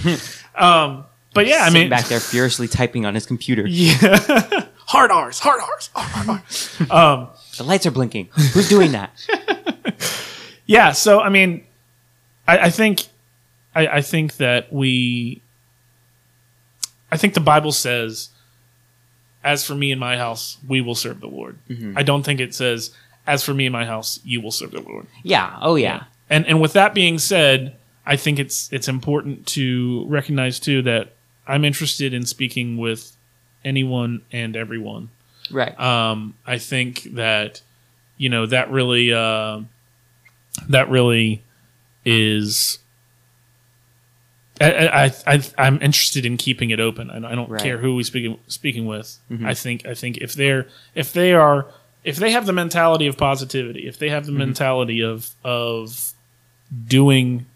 [SPEAKER 2] um, but yeah, I
[SPEAKER 3] Sitting
[SPEAKER 2] mean,
[SPEAKER 3] back there furiously typing on his computer.
[SPEAKER 2] Yeah. hard R's, hard R's, hard R's. um,
[SPEAKER 3] The lights are blinking. Who's doing that?
[SPEAKER 2] yeah, so I mean, I, I think, I, I think that we, I think the Bible says, "As for me and my house, we will serve the Lord." I don't think it says, "As for me and my house, you will serve the Lord."
[SPEAKER 3] yeah. Oh yeah.
[SPEAKER 2] And and with that being said, I think it's it's important to recognize too that I'm interested in speaking with anyone and everyone.
[SPEAKER 3] Right.
[SPEAKER 2] um, I think that you know that really uh, that really is. I, I, I I'm interested in keeping it open. I, I don't
[SPEAKER 3] Right.
[SPEAKER 2] care who we speaking speaking with.
[SPEAKER 3] Mhm.
[SPEAKER 2] I think I think if they're if they are if they have the mentality of positivity, if they have the mentality of of doing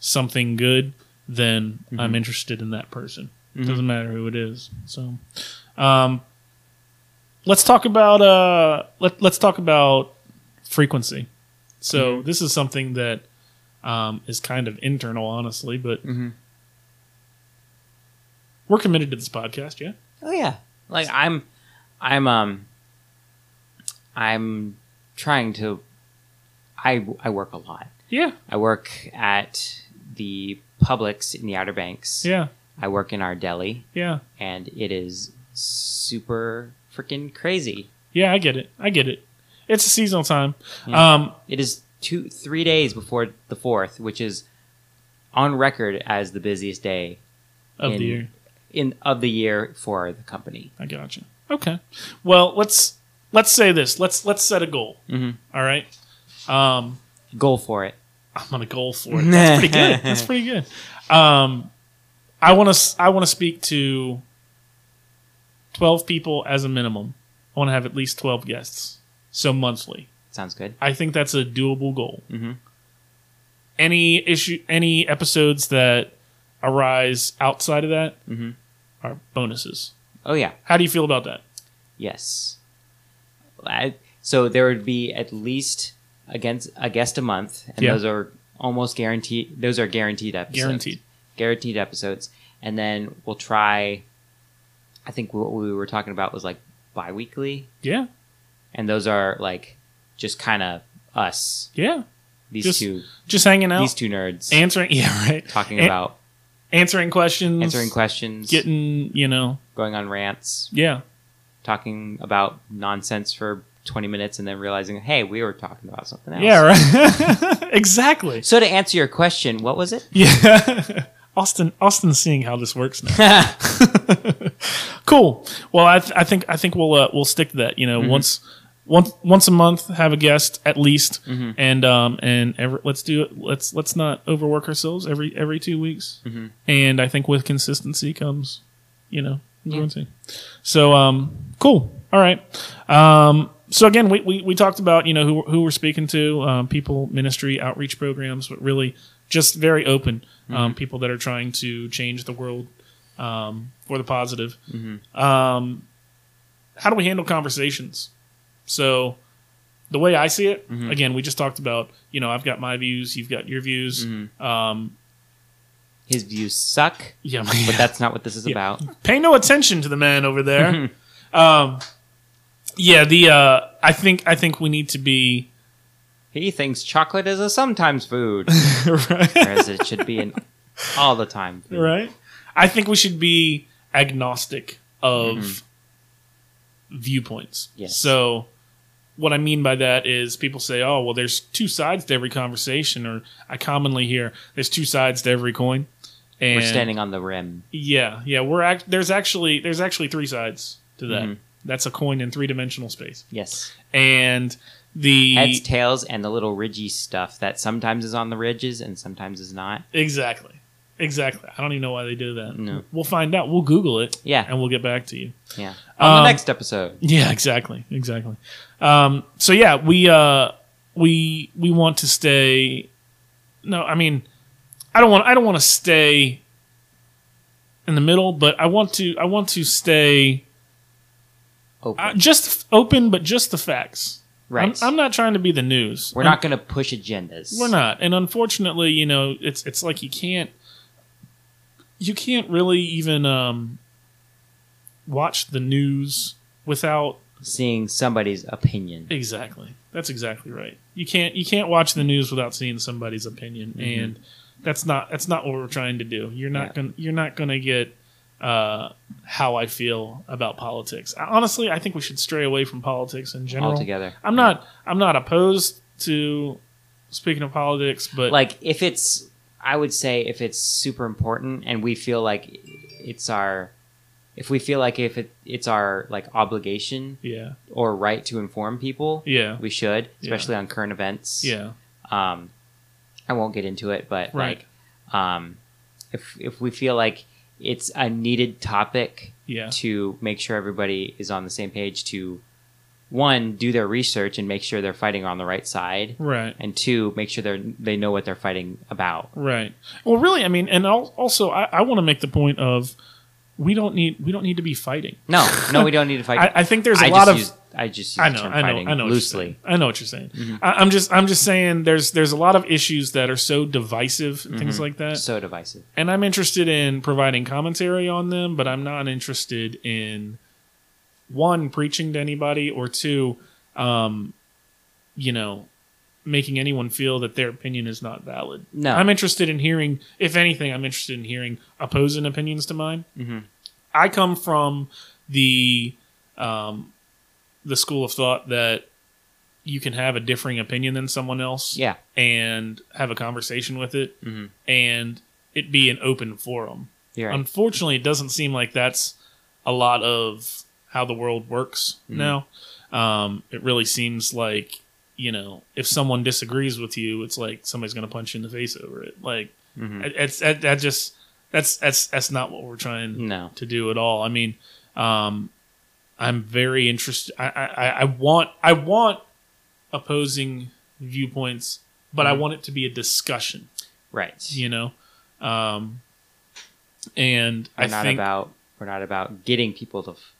[SPEAKER 2] something good, then I'm interested in that person.
[SPEAKER 3] Mhm.
[SPEAKER 2] Doesn't matter who it is. So, um, let's talk about uh, let let's talk about frequency. So this is something that um, is kind of internal, honestly, but
[SPEAKER 3] Mhm.
[SPEAKER 2] we're committed to this podcast. Yeah,
[SPEAKER 3] Oh yeah. Like I'm. I'm. Um. I'm trying to. I I work a lot.
[SPEAKER 2] yeah,
[SPEAKER 3] I work at the Publix in the Outer Banks.
[SPEAKER 2] yeah,
[SPEAKER 3] I work in our deli,
[SPEAKER 2] yeah,
[SPEAKER 3] and it is super freaking crazy.
[SPEAKER 2] yeah. I get it. I get it. It's a seasonal time.
[SPEAKER 3] Yeah.
[SPEAKER 2] Um,
[SPEAKER 3] It is two, three days before the fourth, which is on record as the busiest day
[SPEAKER 2] of
[SPEAKER 3] In-
[SPEAKER 2] the year.
[SPEAKER 3] in of the year for the company.
[SPEAKER 2] I gotcha. Okay. Well, let's let's say this. Let's let's set a goal.
[SPEAKER 3] Mhm.
[SPEAKER 2] All right. Um,
[SPEAKER 3] Go for it.
[SPEAKER 2] I'm on a goal for it. That's pretty good. That's pretty good. Um, I want to. I want to speak to twelve people as a minimum. I want to have at least twelve guests. So monthly,
[SPEAKER 3] Sounds good.
[SPEAKER 2] I think that's a doable goal.
[SPEAKER 3] Mhm.
[SPEAKER 2] Any issue, any episodes that arise outside of that
[SPEAKER 3] Mhm.
[SPEAKER 2] are bonuses.
[SPEAKER 3] Oh yeah,
[SPEAKER 2] How do you feel about that?
[SPEAKER 3] yes. I, so there would be at least against a guest a month, and
[SPEAKER 2] Yeah.
[SPEAKER 3] those are almost guaranteed. Those are guaranteed episodes.
[SPEAKER 2] Guaranteed.
[SPEAKER 3] Guaranteed episodes, and then we'll try. I think what we were talking about was like bi-weekly,
[SPEAKER 2] Yeah,
[SPEAKER 3] and those are like just kind of us.
[SPEAKER 2] yeah.
[SPEAKER 3] These
[SPEAKER 2] Just-
[SPEAKER 3] two,
[SPEAKER 2] Just hanging out,
[SPEAKER 3] these two nerds
[SPEAKER 2] answering. Yeah, right.
[SPEAKER 3] talking
[SPEAKER 2] An-
[SPEAKER 3] about
[SPEAKER 2] answering questions,
[SPEAKER 3] answering questions,
[SPEAKER 2] getting you know,
[SPEAKER 3] going on rants,
[SPEAKER 2] yeah.
[SPEAKER 3] talking about nonsense for 20 minutes, and then realizing, hey, we were talking about something else.
[SPEAKER 2] Yeah, right. exactly.
[SPEAKER 3] So to answer your question, what was it?
[SPEAKER 2] Yeah. Austin Austin's seeing how this works now. cool. Well, I, th- I think I think we'll uh, we'll stick to that. You know, once once once a month, have a guest at least, and um and every, let's do it. Let's let's not overwork ourselves every every two weeks. And I think with consistency comes, you know,
[SPEAKER 3] Yeah.
[SPEAKER 2] fluency. So um, cool. All right. Um, so again, we, we, we talked about you know who, who we're speaking to, um, people, ministry, outreach programs, but really just very open um, people that are trying to change the world um, for the positive. Um, how do we handle conversations? So the way I see it,
[SPEAKER 3] Mhm.
[SPEAKER 2] again, we just talked about you know I've got my views, you've got your views. Um,
[SPEAKER 3] His views suck,
[SPEAKER 2] yeah,
[SPEAKER 3] but that's not what this is
[SPEAKER 2] Yeah.
[SPEAKER 3] about.
[SPEAKER 2] pay no attention to the man over there. um, yeah, the uh, I think I think we need to be
[SPEAKER 3] He thinks chocolate is a sometimes food,
[SPEAKER 2] right.
[SPEAKER 3] whereas it should be an all the time food.
[SPEAKER 2] right. I think we should be agnostic of viewpoints.
[SPEAKER 3] Mm-hmm. Yes.
[SPEAKER 2] So what I mean by that is people say, "Oh, well, there's two sides to every conversation," or I commonly hear, "There's two sides to every coin." And
[SPEAKER 3] We're standing on the rim.
[SPEAKER 2] Yeah, yeah. We're act- there's actually there's actually three sides to that.
[SPEAKER 3] Mhm.
[SPEAKER 2] That's a coin in three dimensional space.
[SPEAKER 3] Yes.
[SPEAKER 2] and the
[SPEAKER 3] Heads, tails, and the little ridgy stuff that sometimes is on the ridges and sometimes is not.
[SPEAKER 2] exactly exactly i don't even know why they do that
[SPEAKER 3] No.
[SPEAKER 2] we'll find out we'll google it
[SPEAKER 3] Yeah.
[SPEAKER 2] and we'll get back to you
[SPEAKER 3] Yeah. On
[SPEAKER 2] Um,
[SPEAKER 3] the next episode.
[SPEAKER 2] yeah exactly exactly um, so yeah we uh we we want to stay no i mean i don't want i don't want to stay in the middle but i want to i want to stay
[SPEAKER 3] Open.
[SPEAKER 2] uh, just open but just the facts
[SPEAKER 3] Oh, right.
[SPEAKER 2] I'm, I'm not trying to be the news
[SPEAKER 3] We're
[SPEAKER 2] I'm-
[SPEAKER 3] not going to push agendas.
[SPEAKER 2] We're not, and unfortunately, you know, it's it's like you can't you can't really even um, watch the news without
[SPEAKER 3] seeing somebody's opinion.
[SPEAKER 2] exactly. That's exactly right. You can't you can't watch the news without seeing somebody's opinion,
[SPEAKER 3] Mhm.
[SPEAKER 2] and that's not that's not what we're trying to do. You're not
[SPEAKER 3] Yeah.
[SPEAKER 2] gonna you're not gonna get uh, how I feel about politics. I, honestly, I think we should stray away from politics in general.
[SPEAKER 3] altogether.
[SPEAKER 2] I'm not I'm not opposed to speaking of politics, but
[SPEAKER 3] like if it's I would say if it's super important and we feel like it's our if we feel like if it, it's our like obligation
[SPEAKER 2] yeah,
[SPEAKER 3] or right to inform people,
[SPEAKER 2] yeah.
[SPEAKER 3] we should,
[SPEAKER 2] Yeah.
[SPEAKER 3] especially on current events.
[SPEAKER 2] Yeah,
[SPEAKER 3] Um I won't get into it, but
[SPEAKER 2] Right.
[SPEAKER 3] like um if if we feel like it's a needed topic
[SPEAKER 2] yeah,
[SPEAKER 3] to make sure everybody is on the same page to one do their research and make sure they're fighting on the right side
[SPEAKER 2] right,
[SPEAKER 3] and two, make sure they they know what they're fighting about.
[SPEAKER 2] right. Well, really, I mean, and al- also, I, I want to make the point of we don't need we don't need to be fighting.
[SPEAKER 3] No, no, we don't need to fight.
[SPEAKER 2] I, I think there's a
[SPEAKER 3] I
[SPEAKER 2] lot
[SPEAKER 3] just
[SPEAKER 2] of
[SPEAKER 3] use, I just use
[SPEAKER 2] I
[SPEAKER 3] the
[SPEAKER 2] know,
[SPEAKER 3] term
[SPEAKER 2] I know,
[SPEAKER 3] fighting
[SPEAKER 2] I know, what you're saying.
[SPEAKER 3] loosely. Mm-hmm.
[SPEAKER 2] I know what you're saying. I, I'm just I'm just saying there's there's a lot of issues that are so divisive and things like that.
[SPEAKER 3] Mm-hmm. So divisive.
[SPEAKER 2] and I'm interested in providing commentary on them, but I'm not interested in one preaching to anybody or two, um, you know, making anyone feel that their opinion is not valid.
[SPEAKER 3] No.
[SPEAKER 2] I'm interested in hearing, if anything, I'm interested in hearing opposing opinions to mine.
[SPEAKER 3] Mhm.
[SPEAKER 2] I come from the um, the school of thought that you can have a differing opinion than someone else
[SPEAKER 3] Yeah,
[SPEAKER 2] and have a conversation with it
[SPEAKER 3] Mhm.
[SPEAKER 2] and it be an open forum.
[SPEAKER 3] you're right.
[SPEAKER 2] Unfortunately, it doesn't seem like that's a lot of how the world works
[SPEAKER 3] Mhm.
[SPEAKER 2] now. Um, it really seems like, you know, if someone disagrees with you, it's like somebody's going to punch you in the face over it. Like,
[SPEAKER 3] Mhm.
[SPEAKER 2] it- it's that, that just, that's, that's, that's not what we're trying
[SPEAKER 3] No,
[SPEAKER 2] to do at all. I mean, um, I'm very interested. I, I, I want I want opposing viewpoints, but I
[SPEAKER 3] Mhm.
[SPEAKER 2] want it to be a discussion.
[SPEAKER 3] right.
[SPEAKER 2] You know, um, and
[SPEAKER 3] we're
[SPEAKER 2] I
[SPEAKER 3] not
[SPEAKER 2] think
[SPEAKER 3] about we're not about getting people to. f-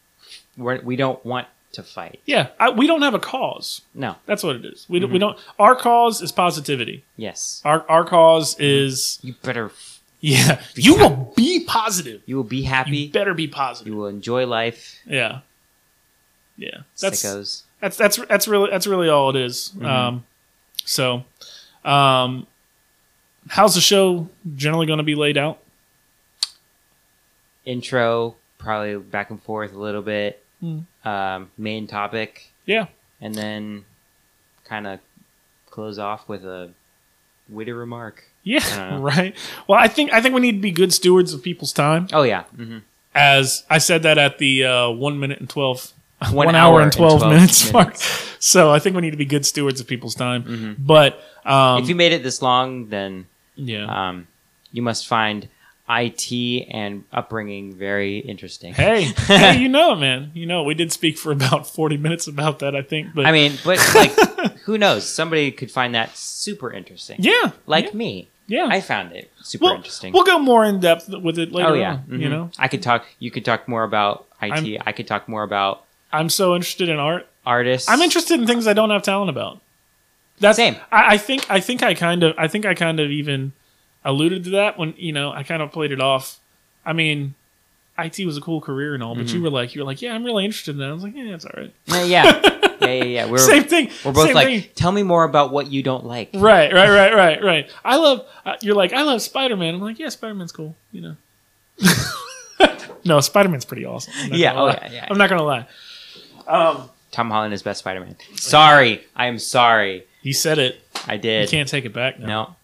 [SPEAKER 3] We're, we don't want to fight.
[SPEAKER 2] yeah, I, we don't have a cause.
[SPEAKER 3] No.
[SPEAKER 2] That's what it is. We don't,
[SPEAKER 3] Mm-hmm.
[SPEAKER 2] we don't. Our cause is positivity.
[SPEAKER 3] Yes.
[SPEAKER 2] Our our cause
[SPEAKER 3] Mm-hmm.
[SPEAKER 2] is
[SPEAKER 3] You better. f-
[SPEAKER 2] yeah. You will be positive.
[SPEAKER 3] You will be
[SPEAKER 2] You
[SPEAKER 3] happy.
[SPEAKER 2] better be
[SPEAKER 3] You
[SPEAKER 2] positive.
[SPEAKER 3] will enjoy life.
[SPEAKER 2] Yeah. Yeah. That's
[SPEAKER 3] Sickos.
[SPEAKER 2] that's that's that's really that's really all it is.
[SPEAKER 3] Mm-hmm.
[SPEAKER 2] Um, so, um, how's the show generally going to be laid out?
[SPEAKER 3] Intro probably back and forth a little bit.
[SPEAKER 2] Mm.
[SPEAKER 3] Um, main topic.
[SPEAKER 2] Yeah,
[SPEAKER 3] and then kind of close off with a witty remark. I
[SPEAKER 2] yeah,
[SPEAKER 3] don't know.
[SPEAKER 2] right. Well, I think I think we need to be good stewards of people's time.
[SPEAKER 3] Oh yeah, hmm
[SPEAKER 2] As I said that at the uh, one minute and twelve,
[SPEAKER 3] One
[SPEAKER 2] one
[SPEAKER 3] hour
[SPEAKER 2] hour and
[SPEAKER 3] and
[SPEAKER 2] twelve,
[SPEAKER 3] 12
[SPEAKER 2] minutes, mark.
[SPEAKER 3] minutes. Mm-hmm.
[SPEAKER 2] So I think we need to be good stewards of people's time. But um,
[SPEAKER 3] if you made it this long, then
[SPEAKER 2] yeah,
[SPEAKER 3] um, you must find IT and upbringing very interesting.
[SPEAKER 2] Hey, hey, you know, man, you know, we did speak for about forty minutes about that, I think. But
[SPEAKER 3] I mean, but like, who knows? Somebody could find that super interesting.
[SPEAKER 2] yeah,
[SPEAKER 3] Like
[SPEAKER 2] yeah,
[SPEAKER 3] me,
[SPEAKER 2] yeah.
[SPEAKER 3] I found it super
[SPEAKER 2] we'll,
[SPEAKER 3] interesting.
[SPEAKER 2] We'll go more in depth with it later.
[SPEAKER 3] oh yeah,
[SPEAKER 2] on, you
[SPEAKER 3] mhm.
[SPEAKER 2] know,
[SPEAKER 3] I could talk. You could talk more about IT. i could talk more about
[SPEAKER 2] I'm so interested in art.
[SPEAKER 3] artists.
[SPEAKER 2] I'm interested in things I don't have talent about. That's
[SPEAKER 3] Same.
[SPEAKER 2] I, I think I think I kind of I think I kind of even alluded to that when you know I kind of played it off. I mean, IT was a cool career and all, but
[SPEAKER 3] Mm-hmm.
[SPEAKER 2] you were like you were like yeah I'm really interested in that. I was like yeah it's all right.
[SPEAKER 3] Yeah, yeah, yeah, yeah. yeah. We're
[SPEAKER 2] same thing.
[SPEAKER 3] we're both
[SPEAKER 2] same
[SPEAKER 3] like,
[SPEAKER 2] thing.
[SPEAKER 3] tell me more about what you don't like.
[SPEAKER 2] right, right, right, right, right. I love. Uh, you're like I love Spider Man. I'm like yeah Spider Man's cool. You know. no, Spider Man's pretty awesome. I'm not
[SPEAKER 3] Yeah,
[SPEAKER 2] gonna
[SPEAKER 3] oh,
[SPEAKER 2] lie.
[SPEAKER 3] yeah, yeah.
[SPEAKER 2] I'm not gonna lie.
[SPEAKER 3] Tom Holland is best Spider-Man. Sorry, I am sorry.
[SPEAKER 2] He said it.
[SPEAKER 3] I
[SPEAKER 2] You
[SPEAKER 3] did.
[SPEAKER 2] can't take it back now.
[SPEAKER 3] No,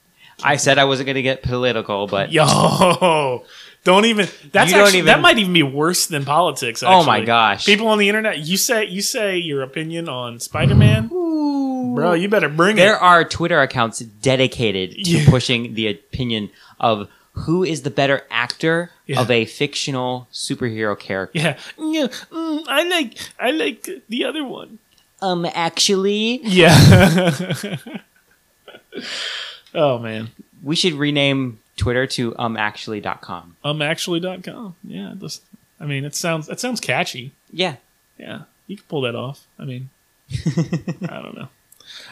[SPEAKER 3] I said I wasn't going to get political, but
[SPEAKER 2] Yo, don't even. That's
[SPEAKER 3] You don't
[SPEAKER 2] actually,
[SPEAKER 3] even-
[SPEAKER 2] that might even be worse than politics.
[SPEAKER 3] Oh my
[SPEAKER 2] actually.
[SPEAKER 3] gosh.
[SPEAKER 2] People on the internet, you say you say your opinion on Spider Man, bro. You better bring
[SPEAKER 3] there
[SPEAKER 2] it.
[SPEAKER 3] are Twitter accounts dedicated to
[SPEAKER 2] Yeah.
[SPEAKER 3] pushing the opinion of who is the better actor
[SPEAKER 2] Yeah.
[SPEAKER 3] of a fictional superhero character.
[SPEAKER 2] Yeah, yeah. mm, I like I like the other one.
[SPEAKER 3] Um, actually,
[SPEAKER 2] Yeah. oh man,
[SPEAKER 3] we should rename Twitter to um, umactually.com.
[SPEAKER 2] Um, umactually.com. Yeah, this, I mean it sounds it sounds catchy.
[SPEAKER 3] Yeah.
[SPEAKER 2] Yeah, you can pull that off. I mean, I don't know.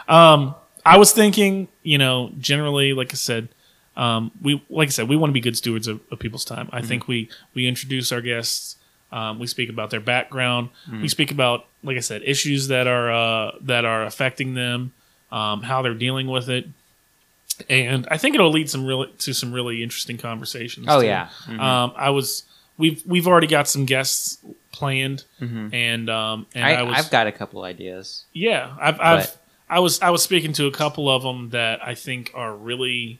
[SPEAKER 2] Um, I was thinking, you know, generally, like I said, um, we like I said, we want to be good stewards of, of people's time. I
[SPEAKER 3] Mhm.
[SPEAKER 2] think we we introduce our guests. Um, we speak about their background. We
[SPEAKER 3] Mhm.
[SPEAKER 2] speak about, like I said, issues that are uh, that are affecting them, um, how they're dealing with it, and I think it'll lead some really to some really interesting conversations.
[SPEAKER 3] Oh
[SPEAKER 2] too.
[SPEAKER 3] yeah.
[SPEAKER 2] Um, I was we've we've already got some guests planned, and um, and I,
[SPEAKER 3] Mm-hmm. I,
[SPEAKER 2] was
[SPEAKER 3] I've got a couple ideas.
[SPEAKER 2] yeah, I've, I've I was I was speaking to a couple of them that I think are really.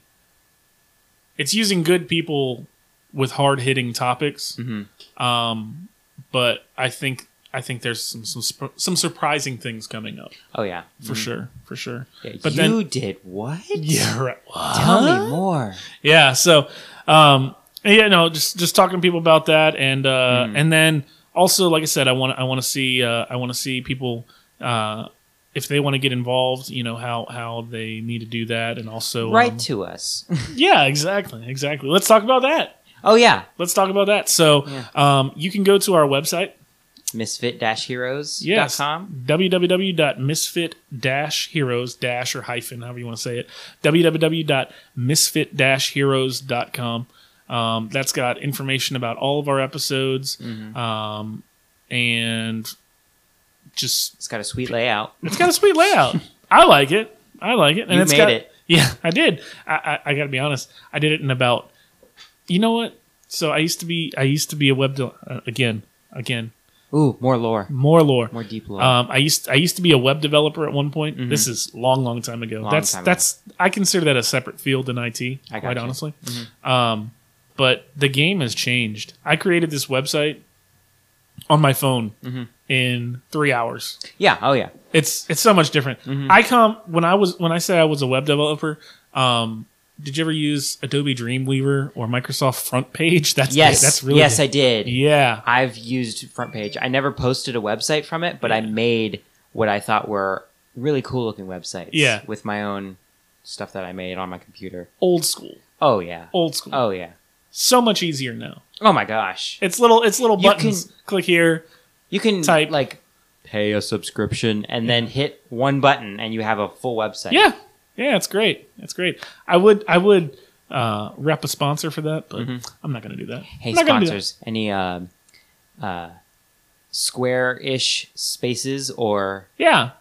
[SPEAKER 2] It's using good people with hard hitting topics,
[SPEAKER 3] Mhm.
[SPEAKER 2] um, but I think I think there's some some sp- some surprising things coming up
[SPEAKER 3] Oh yeah.
[SPEAKER 2] for sure for sure.
[SPEAKER 3] Yeah,
[SPEAKER 2] But
[SPEAKER 3] you
[SPEAKER 2] then-
[SPEAKER 3] did what?
[SPEAKER 2] Yeah, right.
[SPEAKER 3] Tell me more.
[SPEAKER 2] yeah so um yeah no just just talking to people about that and uh and then also like i said i want i want to see uh i want to see people uh if they want to get involved you know how how they need to do that and also um,
[SPEAKER 3] Write to us.
[SPEAKER 2] yeah exactly exactly let's talk about that
[SPEAKER 3] Oh yeah.
[SPEAKER 2] let's talk about that so
[SPEAKER 3] Yeah.
[SPEAKER 2] um you can go to our website
[SPEAKER 3] Misfit-heroes.com.
[SPEAKER 2] Yes. www.misfit-heroes- dash or hyphen, however you want to say it. www.misfit-heroes.com. Um, that's got information about all of our episodes.
[SPEAKER 3] Mm-hmm.
[SPEAKER 2] Um, and just,
[SPEAKER 3] It's got a sweet layout.
[SPEAKER 2] it's got a sweet layout. I like it. I like it. And
[SPEAKER 3] You
[SPEAKER 2] it's
[SPEAKER 3] made
[SPEAKER 2] got-
[SPEAKER 3] it.
[SPEAKER 2] Yeah, I did. I, I, I got to be honest. I did it in about, you know what? So I used to be, I used to be a web, de- uh, again, again,
[SPEAKER 3] Ooh, more lore.
[SPEAKER 2] more lore.
[SPEAKER 3] More deep lore.
[SPEAKER 2] Um, I used I used to be a web developer at one point. This is long, long time ago.
[SPEAKER 3] Mm-hmm. Long
[SPEAKER 2] that's
[SPEAKER 3] time ago.
[SPEAKER 2] that's I consider that a separate field in IT.
[SPEAKER 3] I
[SPEAKER 2] quite
[SPEAKER 3] gotcha. Mm-hmm.
[SPEAKER 2] honestly, um, but the game has changed. I created this website on my phone
[SPEAKER 3] Mm-hmm.
[SPEAKER 2] in three hours.
[SPEAKER 3] yeah. Oh yeah.
[SPEAKER 2] It's it's so much different.
[SPEAKER 3] Mm-hmm.
[SPEAKER 2] I come when I was when I say I was a web developer. Um, did you ever use Adobe Dreamweaver or Microsoft Front Page? That's
[SPEAKER 3] Yes.
[SPEAKER 2] That's really
[SPEAKER 3] yes, I did.
[SPEAKER 2] yeah.
[SPEAKER 3] I've used front page. I never posted a website from it, but I made what I thought were really cool looking websites.
[SPEAKER 2] Yeah.
[SPEAKER 3] With my own stuff that I made on my computer.
[SPEAKER 2] Old school,
[SPEAKER 3] Oh yeah.
[SPEAKER 2] old school.
[SPEAKER 3] Oh yeah.
[SPEAKER 2] So much easier now.
[SPEAKER 3] Oh my gosh.
[SPEAKER 2] It's little it's little
[SPEAKER 3] You
[SPEAKER 2] buttons. Click here.
[SPEAKER 3] You can
[SPEAKER 2] Type.
[SPEAKER 3] like pay a subscription and then hit one button and you have a full website.
[SPEAKER 2] Yeah. Yeah, it's great. It's great. I would I would uh rep a sponsor for that, but I'm not gonna do that.
[SPEAKER 3] Mm-hmm. Hey
[SPEAKER 2] I'm not gonna do that.
[SPEAKER 3] sponsors, any um uh square ish spaces or
[SPEAKER 2] Yeah,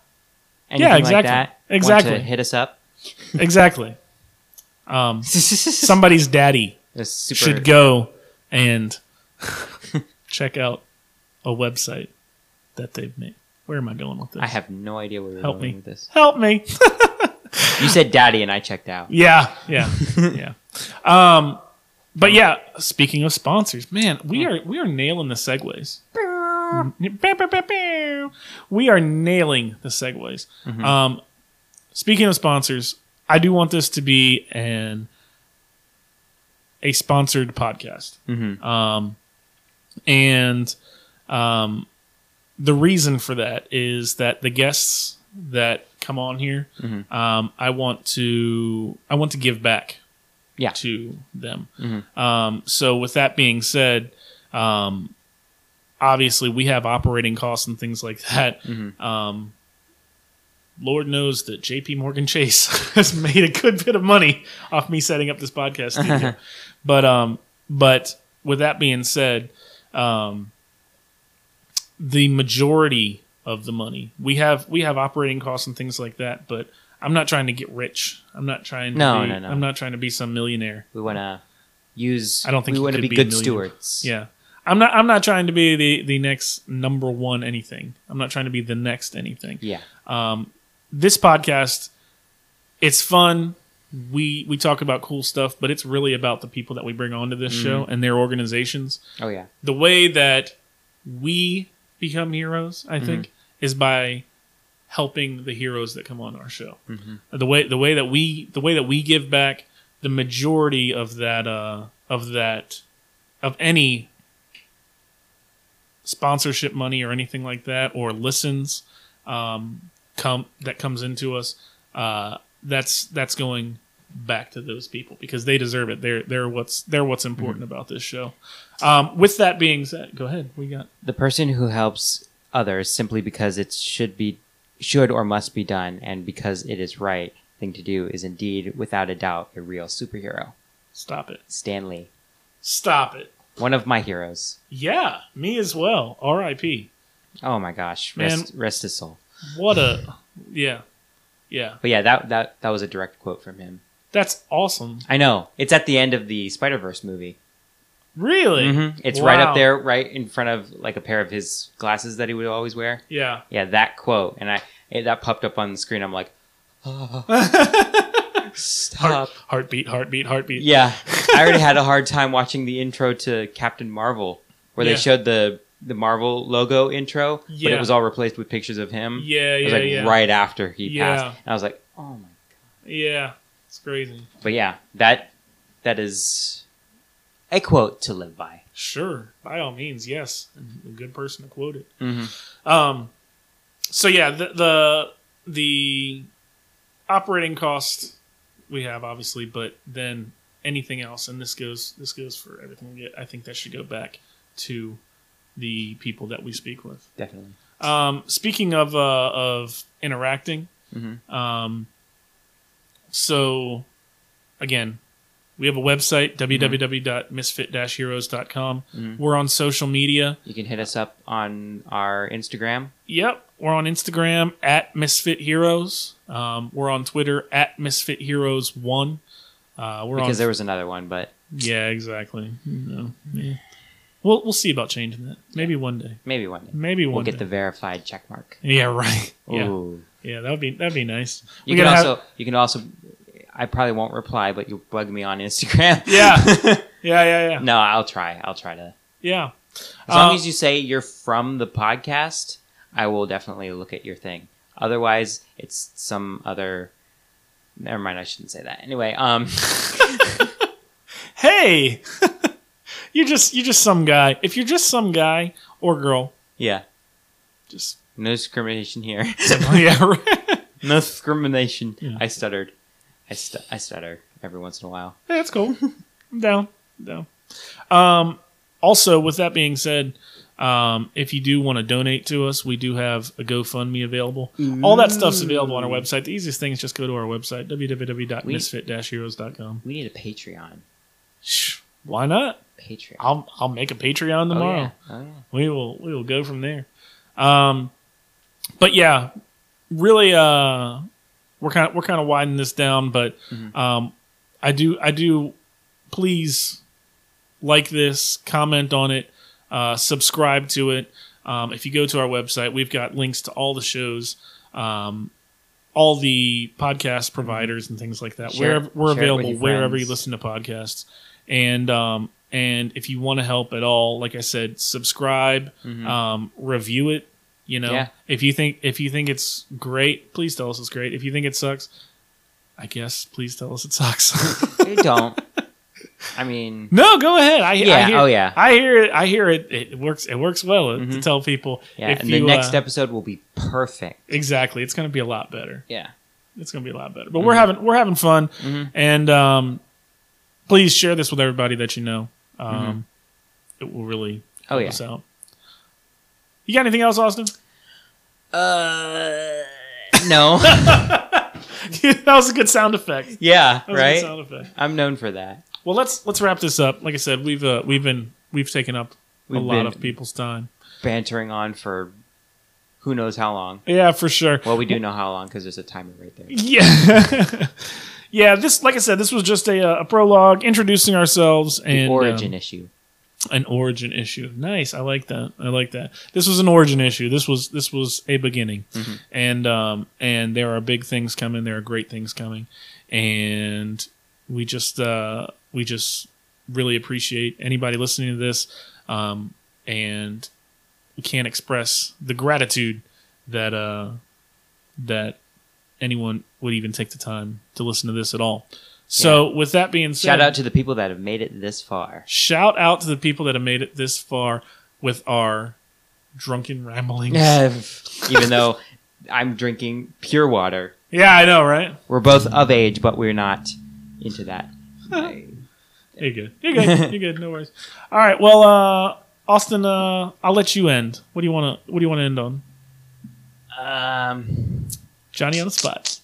[SPEAKER 3] anything like
[SPEAKER 2] exactly.
[SPEAKER 3] that. want to
[SPEAKER 2] Exactly.
[SPEAKER 3] hit us up.
[SPEAKER 2] exactly. um somebody's daddy
[SPEAKER 3] It's super
[SPEAKER 2] should go and check out a website that they've made. Where am I going with this?
[SPEAKER 3] I have no idea where you're
[SPEAKER 2] Help
[SPEAKER 3] going
[SPEAKER 2] me.
[SPEAKER 3] with this.
[SPEAKER 2] Help me.
[SPEAKER 3] You said daddy and I checked out.
[SPEAKER 2] Yeah, yeah, yeah. Um, but yeah, speaking of sponsors, man, we are we are nailing the segues. Bow, bow, bow, bow. We are nailing the segues. Um, speaking of sponsors, I do want this to be an a sponsored podcast.
[SPEAKER 3] Mhm.
[SPEAKER 2] Um, and um, the reason for that is that the guests that come on here,
[SPEAKER 3] Mhm.
[SPEAKER 2] um, I want to I want to give back
[SPEAKER 3] Yeah.
[SPEAKER 2] to them.
[SPEAKER 3] Mhm.
[SPEAKER 2] Um, so with that being said, um, obviously we have operating costs and things like that.
[SPEAKER 3] Mhm.
[SPEAKER 2] Um, Lord knows that J.P. Morgan Chase has made a good bit of money off me setting up this podcast studio. but um, but with that being said, um, the majority of the money we have we have operating costs and things like that. But I'm not trying to get rich. I'm not trying. To
[SPEAKER 3] No,
[SPEAKER 2] be,
[SPEAKER 3] no, no.
[SPEAKER 2] I'm not trying to be some millionaire.
[SPEAKER 3] We want to use.
[SPEAKER 2] I don't think
[SPEAKER 3] we
[SPEAKER 2] you
[SPEAKER 3] want to
[SPEAKER 2] could
[SPEAKER 3] be,
[SPEAKER 2] be a
[SPEAKER 3] good
[SPEAKER 2] million-
[SPEAKER 3] stewards.
[SPEAKER 2] Yeah. I'm not I'm not trying to be the the next number one anything. I'm not trying to be the next anything.
[SPEAKER 3] Yeah.
[SPEAKER 2] Um this podcast it's fun. We we talk about cool stuff, but it's really about the people that we bring onto this show and their organizations.
[SPEAKER 3] Oh yeah.
[SPEAKER 2] The way that we become heroes, I think, is by helping the heroes that come on our show. The way the way that we the way that we give back, the majority of that uh of that of any sponsorship money or anything like that or listens um, come that comes into us uh, that's that's going back to those people because they deserve it they're they're what's they're what's important about this show um, with that being said go ahead we got
[SPEAKER 3] The person who helps others simply because it should be should or must be done and because it is right thing to do is indeed without a doubt a real superhero.
[SPEAKER 2] stop it
[SPEAKER 3] Stanley,
[SPEAKER 2] stop it
[SPEAKER 3] one of my heroes.
[SPEAKER 2] yeah me as well rip
[SPEAKER 3] Oh my gosh,
[SPEAKER 2] Man.
[SPEAKER 3] rest, rest his soul.
[SPEAKER 2] what a yeah yeah
[SPEAKER 3] But yeah, that that that was a direct quote from him.
[SPEAKER 2] that's awesome
[SPEAKER 3] I know it's at the end of the Spider Verse movie.
[SPEAKER 2] really
[SPEAKER 3] Mhm. It's right
[SPEAKER 2] Wow.
[SPEAKER 3] up there, right in front of like a pair of his glasses that he would always wear.
[SPEAKER 2] yeah
[SPEAKER 3] Yeah, that quote, and I it, that popped up on the screen. I'm like,
[SPEAKER 2] Heart,
[SPEAKER 3] stop.
[SPEAKER 2] heartbeat heartbeat heartbeat
[SPEAKER 3] Yeah, I already had a hard time watching the intro to Captain Marvel, where
[SPEAKER 2] Yeah.
[SPEAKER 3] they showed the the Marvel logo intro, but
[SPEAKER 2] Yeah.
[SPEAKER 3] it was all replaced with pictures of him.
[SPEAKER 2] yeah
[SPEAKER 3] it
[SPEAKER 2] yeah
[SPEAKER 3] was like
[SPEAKER 2] yeah
[SPEAKER 3] right after he
[SPEAKER 2] Yeah.
[SPEAKER 3] passed, and I was like, oh my.
[SPEAKER 2] yeah it's crazy
[SPEAKER 3] But yeah, that that is a quote to live by.
[SPEAKER 2] Sure, by all means, yes. And A good person to quote it.
[SPEAKER 3] Mm-hmm.
[SPEAKER 2] Um, so yeah, the, the the operating cost we have obviously, but then anything else, and this goes this goes for everything we get. I think that should go back to the people that we speak with.
[SPEAKER 3] Definitely.
[SPEAKER 2] Um, speaking of uh, of interacting,
[SPEAKER 3] Mhm.
[SPEAKER 2] um, so again, we have a website www.misfit-heroes.com.
[SPEAKER 3] Mhm.
[SPEAKER 2] We're on social media.
[SPEAKER 3] You can hit us up on our Instagram.
[SPEAKER 2] Yep, we're on Instagram at Misfit Heroes. Um, we're on Twitter at Misfit Heroes One. Uh, we're
[SPEAKER 3] because
[SPEAKER 2] on
[SPEAKER 3] there was another one, but
[SPEAKER 2] yeah, exactly. No, yeah. We'll we'll see about changing that. Maybe one day.
[SPEAKER 3] maybe one day
[SPEAKER 2] Maybe one
[SPEAKER 3] we'll get
[SPEAKER 2] day.
[SPEAKER 3] the verified check mark.
[SPEAKER 2] yeah right. Yeah,
[SPEAKER 3] Ooh.
[SPEAKER 2] yeah, that would be that'd be nice.
[SPEAKER 3] You
[SPEAKER 2] We
[SPEAKER 3] can
[SPEAKER 2] gotta have-
[SPEAKER 3] also you can also I probably won't reply, but you'll bug me on Instagram.
[SPEAKER 2] Yeah. Yeah, yeah, yeah.
[SPEAKER 3] no, I'll try. I'll try to.
[SPEAKER 2] Yeah.
[SPEAKER 3] As long
[SPEAKER 2] Uh,
[SPEAKER 3] as you say you're from the podcast, I will definitely look at your thing. Otherwise, it's some other. Never mind. I shouldn't say that. Anyway, um,
[SPEAKER 2] Hey. you're just you're just some guy. If you're just some guy or girl,
[SPEAKER 3] yeah,
[SPEAKER 2] just
[SPEAKER 3] no discrimination here.
[SPEAKER 2] yeah, right.
[SPEAKER 3] no discrimination.
[SPEAKER 2] Yeah.
[SPEAKER 3] I stuttered. I, stu- I stutter every once in a while.
[SPEAKER 2] Yeah, that's cool. I'm down. I'm down. Um, also, with that being said, um, if you do want to donate to us, we do have a GoFundMe available. All that stuff's available on our website. The easiest thing is just go to our website, www.misfit-heroes.com.
[SPEAKER 3] We need a Patreon.
[SPEAKER 2] Shh, Why not?
[SPEAKER 3] Patreon.
[SPEAKER 2] I'll I'll make a Patreon
[SPEAKER 3] Oh,
[SPEAKER 2] tomorrow.
[SPEAKER 3] yeah. Oh, yeah.
[SPEAKER 2] we will we will go from there. Um, but yeah, really, uh, we're kind of we're kind of widening this down, but
[SPEAKER 3] Mhm.
[SPEAKER 2] um, I do I do please like this, comment on it, uh, subscribe to it. Um, if you go to our website, we've got links to all the shows. Um, all the podcast providers and things like that.
[SPEAKER 3] Mm-hmm. Share-
[SPEAKER 2] Where we're
[SPEAKER 3] share it with
[SPEAKER 2] available
[SPEAKER 3] your
[SPEAKER 2] wherever
[SPEAKER 3] friends.
[SPEAKER 2] you listen to podcasts, and um, and if you want to help at all, like I said, subscribe,
[SPEAKER 3] Mhm.
[SPEAKER 2] um, review it. You know,
[SPEAKER 3] Yeah.
[SPEAKER 2] if you think if you think it's great, please tell us it's great. If you think it sucks, I guess please tell us it sucks.
[SPEAKER 3] You don't. I mean,
[SPEAKER 2] No, go ahead. I, I
[SPEAKER 3] Yeah,
[SPEAKER 2] hear,
[SPEAKER 3] oh, yeah.
[SPEAKER 2] I hear it. I hear it. It works. It works well to tell people.
[SPEAKER 3] yeah.
[SPEAKER 2] if
[SPEAKER 3] and
[SPEAKER 2] you,
[SPEAKER 3] the next
[SPEAKER 2] uh,
[SPEAKER 3] episode will be perfect.
[SPEAKER 2] exactly, it's going to be a lot better.
[SPEAKER 3] Yeah.
[SPEAKER 2] It's going to be a lot better. But we're
[SPEAKER 3] Mm-hmm.
[SPEAKER 2] having we're having fun, and um, please share this with everybody that you know. Um, It will really
[SPEAKER 3] Oh,
[SPEAKER 2] help
[SPEAKER 3] yeah.
[SPEAKER 2] us out. You got anything else, Austin?
[SPEAKER 3] Uh, no.
[SPEAKER 2] that was a good sound effect.
[SPEAKER 3] yeah.
[SPEAKER 2] That was a good
[SPEAKER 3] Right.
[SPEAKER 2] sound effect.
[SPEAKER 3] I'm known for that.
[SPEAKER 2] Well, let's let's wrap this up. Like I said, we've uh, we've been we've taken up a
[SPEAKER 3] We've
[SPEAKER 2] lot
[SPEAKER 3] been-
[SPEAKER 2] of people's time.
[SPEAKER 3] Bantering on for who knows how long.
[SPEAKER 2] Yeah, for sure.
[SPEAKER 3] Well, we do know how long because there's a timer right there.
[SPEAKER 2] Yeah. yeah, this like I said, this was just a, uh, a prologue introducing ourselves and
[SPEAKER 3] The
[SPEAKER 2] um,
[SPEAKER 3] origin issue.
[SPEAKER 2] an origin issue. Nice. I like that. I like that. This was an origin issue. This was this was a beginning.
[SPEAKER 3] Mm-hmm.
[SPEAKER 2] And um and there are big things coming, there are great things coming. And we just uh we just really appreciate anybody listening to this. Um and we can't express the gratitude that uh that anyone would even take the time to listen to this at all. So with that being said
[SPEAKER 3] Shout out to the people that have made it this far.
[SPEAKER 2] Shout out to the people that have made it this far with our drunken ramblings.
[SPEAKER 3] Even though I'm drinking pure water.
[SPEAKER 2] Yeah, I know, right?
[SPEAKER 3] We're both of age, but we're not into that. I-
[SPEAKER 2] You're good. You're good. You're good. No worries. All right. Well, uh, Austin, uh, I'll let you end. What do you want to? What do you want to end on?
[SPEAKER 3] um,
[SPEAKER 2] Johnny on the spot.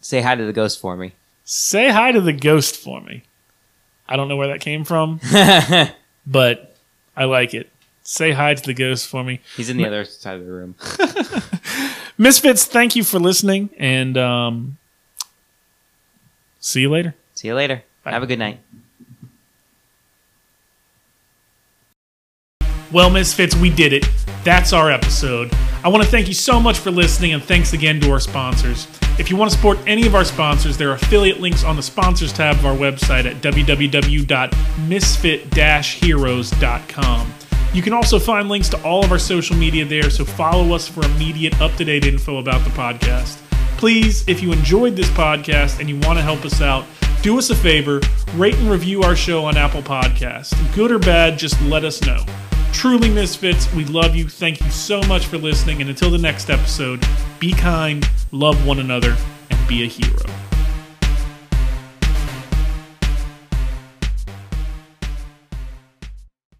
[SPEAKER 3] say hi to the ghost for me.
[SPEAKER 2] Say hi to the ghost for me. I don't know where that came from, but I like it. Say hi to the ghost for me.
[SPEAKER 3] He's in the other side of the room.
[SPEAKER 2] Misfits, thank you for listening, and um, see you later.
[SPEAKER 3] See you later.
[SPEAKER 2] Bye.
[SPEAKER 3] Have a good night.
[SPEAKER 2] Well, Misfits, we did it. That's our episode. I want to thank you so much for listening, and thanks again to our sponsors. If you want to support any of our sponsors, there are affiliate links on the sponsors tab of our website at www.misfit-heroes.com. You can also find links to all of our social media there, so follow us for immediate up to date info about the podcast. Please, if you enjoyed this podcast and you want to help us out, do us a favor, rate and review our show on Apple Podcasts. Good or bad, just let us know. Truly, Misfits, we love you. Thank you so much for listening. And until the next episode, be kind, love one another, and be a hero.